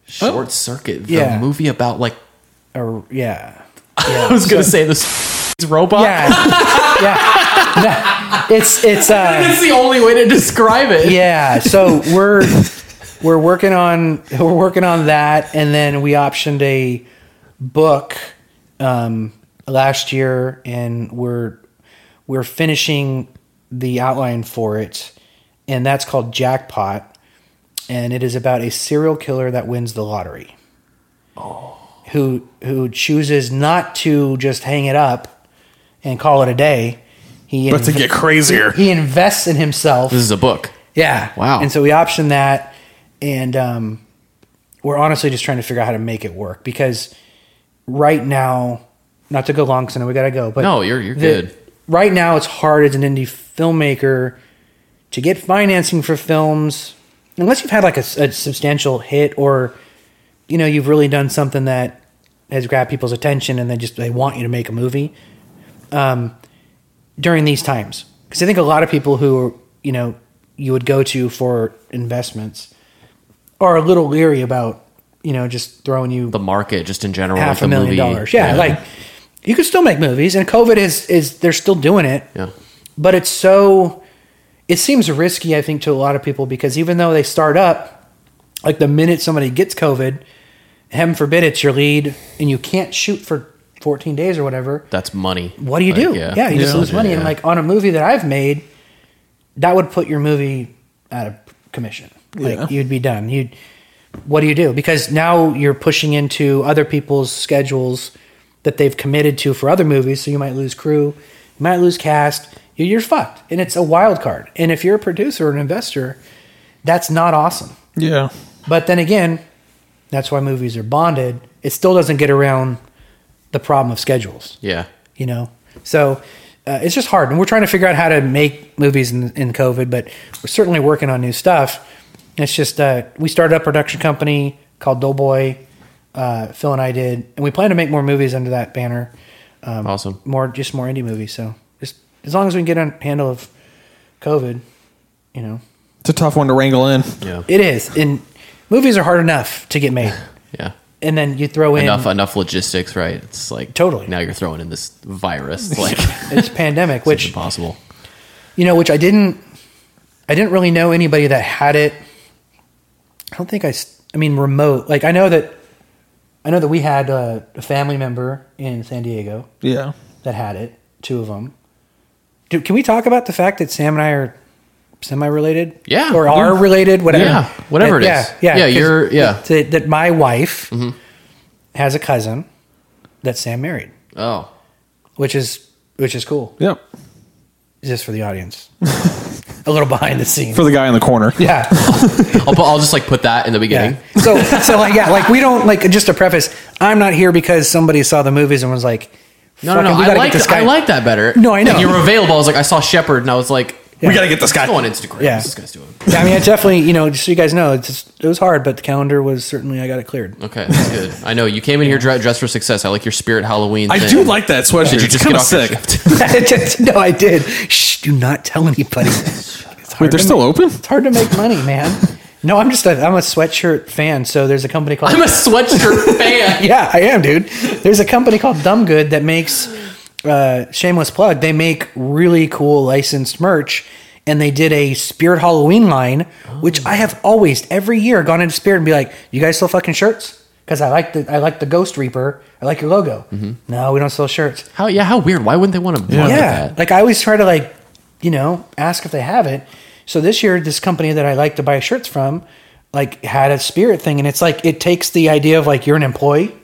Short Circuit, the
Oh. Yeah.
movie about like
Or yeah,
I was gonna say this robot.
yeah, yeah. No, it's it's uh
That's the only way to describe it.
yeah so we're we're working on we're working on that and then we optioned a book um last year and we're we're finishing the outline for it and that's called jackpot and it is about a serial killer that wins the lottery
Oh.
who who chooses not to just hang it up and call it a day he
But to
inv-
get crazier.
he invests in himself
This is a book.
yeah.
Wow.
And so we optioned that, and um, we're honestly just trying to figure out how to make it work because right now, not to go long, because I know we gotta go. But
No, you're- you're good.
Right now, it's hard as an indie filmmaker to get financing for films unless you've had like a, s- a substantial hit or you know you've really done something that has grabbed people's attention and they just they want you to make a movie um, during these times because i think a lot of people who you know you would go to for investments are a little leery about you know just throwing you
The market, just in general,
half
like the
a million
movie.
dollars yeah, like you could still make movies and covid is is they're still doing it
yeah.
but it's so it seems risky i think to a lot of people because even though they start up like the minute somebody gets covid heaven forbid it's your lead and you can't shoot for 14 days or whatever
That's money.
what do you
Like,
do? Yeah, you just lose money. And like on a movie that I've made, that would put your movie out of commission. Like
Yeah.
you'd be done. You'd what do you do? Because now you're pushing into other people's schedules that they've committed to for other movies, so you might lose crew, you might lose cast, you- you're fucked. And it's a wild card. And if you're a producer or an investor, that's not awesome.
Yeah.
But then again, that's why movies are bonded. It still doesn't get around the problem of schedules
yeah.
you know so uh, it's just hard and we're trying to figure out how to make movies in, in covid but we're certainly working on new stuff it's just uh, we started a production company called doughboy uh, phil and i did and we plan to make more movies under that banner um,
awesome.
more just more indie movies so just as long as we can get a handle of covid you know
It's a tough one to wrangle in.
Yeah.
It is, and movies are hard enough to get made,
Yeah.
and then you throw in
Enough enough logistics, right? It's like
Totally.
Now you're throwing in this virus. It's like
this pandemic,
it's
which
impossible.
you know, which I didn't, I didn't really know anybody that had it. I don't think I, s- I mean, remote. Like I know that, I know that we had uh, a family member in San Diego
Yeah.
that had it. Two of them. Do, can we talk about the fact that Sam and I are semi-related?
Yeah. Mm-hmm.
or are related, whatever.
Yeah, whatever it
That-
is.
Yeah,
Yeah,
yeah, 'cause
you're- yeah. Mm-hmm.
That, that- that my wife has a cousin that Sam married,
Oh.
which is which is cool,
Yep.
just for the audience. a little behind the scenes.
For the guy in the corner.
Yeah.
I'll, pu- I'll just like put that in the beginning.
Yeah. So so like yeah, like we don't like just to preface, I'm not here because somebody saw the movies and was like,
No, no, no.
"Fucking, we
I
gotta
like
get this guy.
I like that better.
No, I know.
Like, you were available. I was like, I saw Shepard, and I was like,
We got to get this guy.
go on Instagram.
Yeah.
This guy's doing.
Yeah, I mean, I definitely, you know, just so you guys know, it's just, it was hard, but the calendar was certainly I got it cleared.
Okay, that's good. I know you came in here dre- dressed for success. I like your spirit Halloween.
I
thing.
do like that sweatshirt.
Did you just
It's
get
kinda
off your
sick.
shift?
no, I did. Shh, do not tell anybody. It's
Wait,
hard
they're
to
still
make-
open?
It's hard to make money, man. No, I'm just a I'm a sweatshirt fan. So there's a company called
I'm a sweatshirt fan.
yeah, I am, dude. There's a company called Dumb Good that makes uh, shameless plug. They make really cool licensed merch, and they did a Spirit Halloween line, which I have always every year gone into Spirit and be like, "You guys sell fucking shirts?" Because I like the I like the Ghost Reaper. I like your logo. No, we don't sell shirts.
How? Yeah. How weird. Why wouldn't they want to? Yeah.
yeah,
That?
like I always try to like you know ask if they have it. So this year, this company that I like to buy shirts from, like had a Spirit thing, and it's like it takes the idea of like you're an employee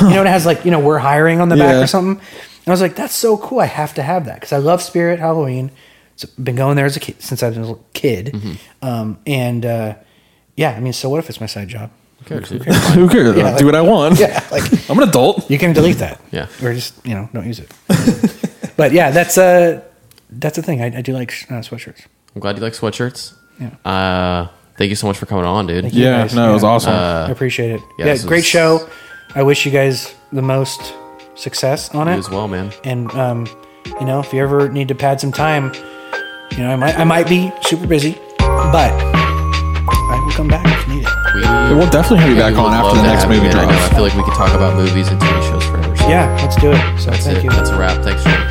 you know, and it has like, you know, we're hiring on the back
Yeah.
or something. And I was like, that's so cool. I have to have that because I love Spirit Halloween. So been going there as a kid since I was a little kid. Um, and uh, yeah, I mean, so what if it's my side job?
Who cares, dude?
Who cares?
Yeah,
I'll
like-
do what I want.
Yeah, like
I'm an adult.
you can delete that.
Yeah.
or just you know don't use it. but yeah, that's uh that's the thing. I, I do like uh, sweatshirts.
I'm glad you like sweatshirts.
Yeah.
Uh, thank you so much for coming on, dude.
you
Yeah,
guys,
no, it was
yeah.
awesome.
I appreciate it.
Uh, yeah,
Yeah,
this
great
was-
show. I wish you guys the most success on
You
it.
as well, man.
and um, you know if you ever need to pad some time you know i might i might be super busy but i will come back if needed
We,
we'll definitely have you back on after the next movie
I, know. I
drops.
feel like we could talk about movies and TV shows forever. So
yeah let's do it so
that's
thank
it.
you
That's a wrap. Thanks. Jim.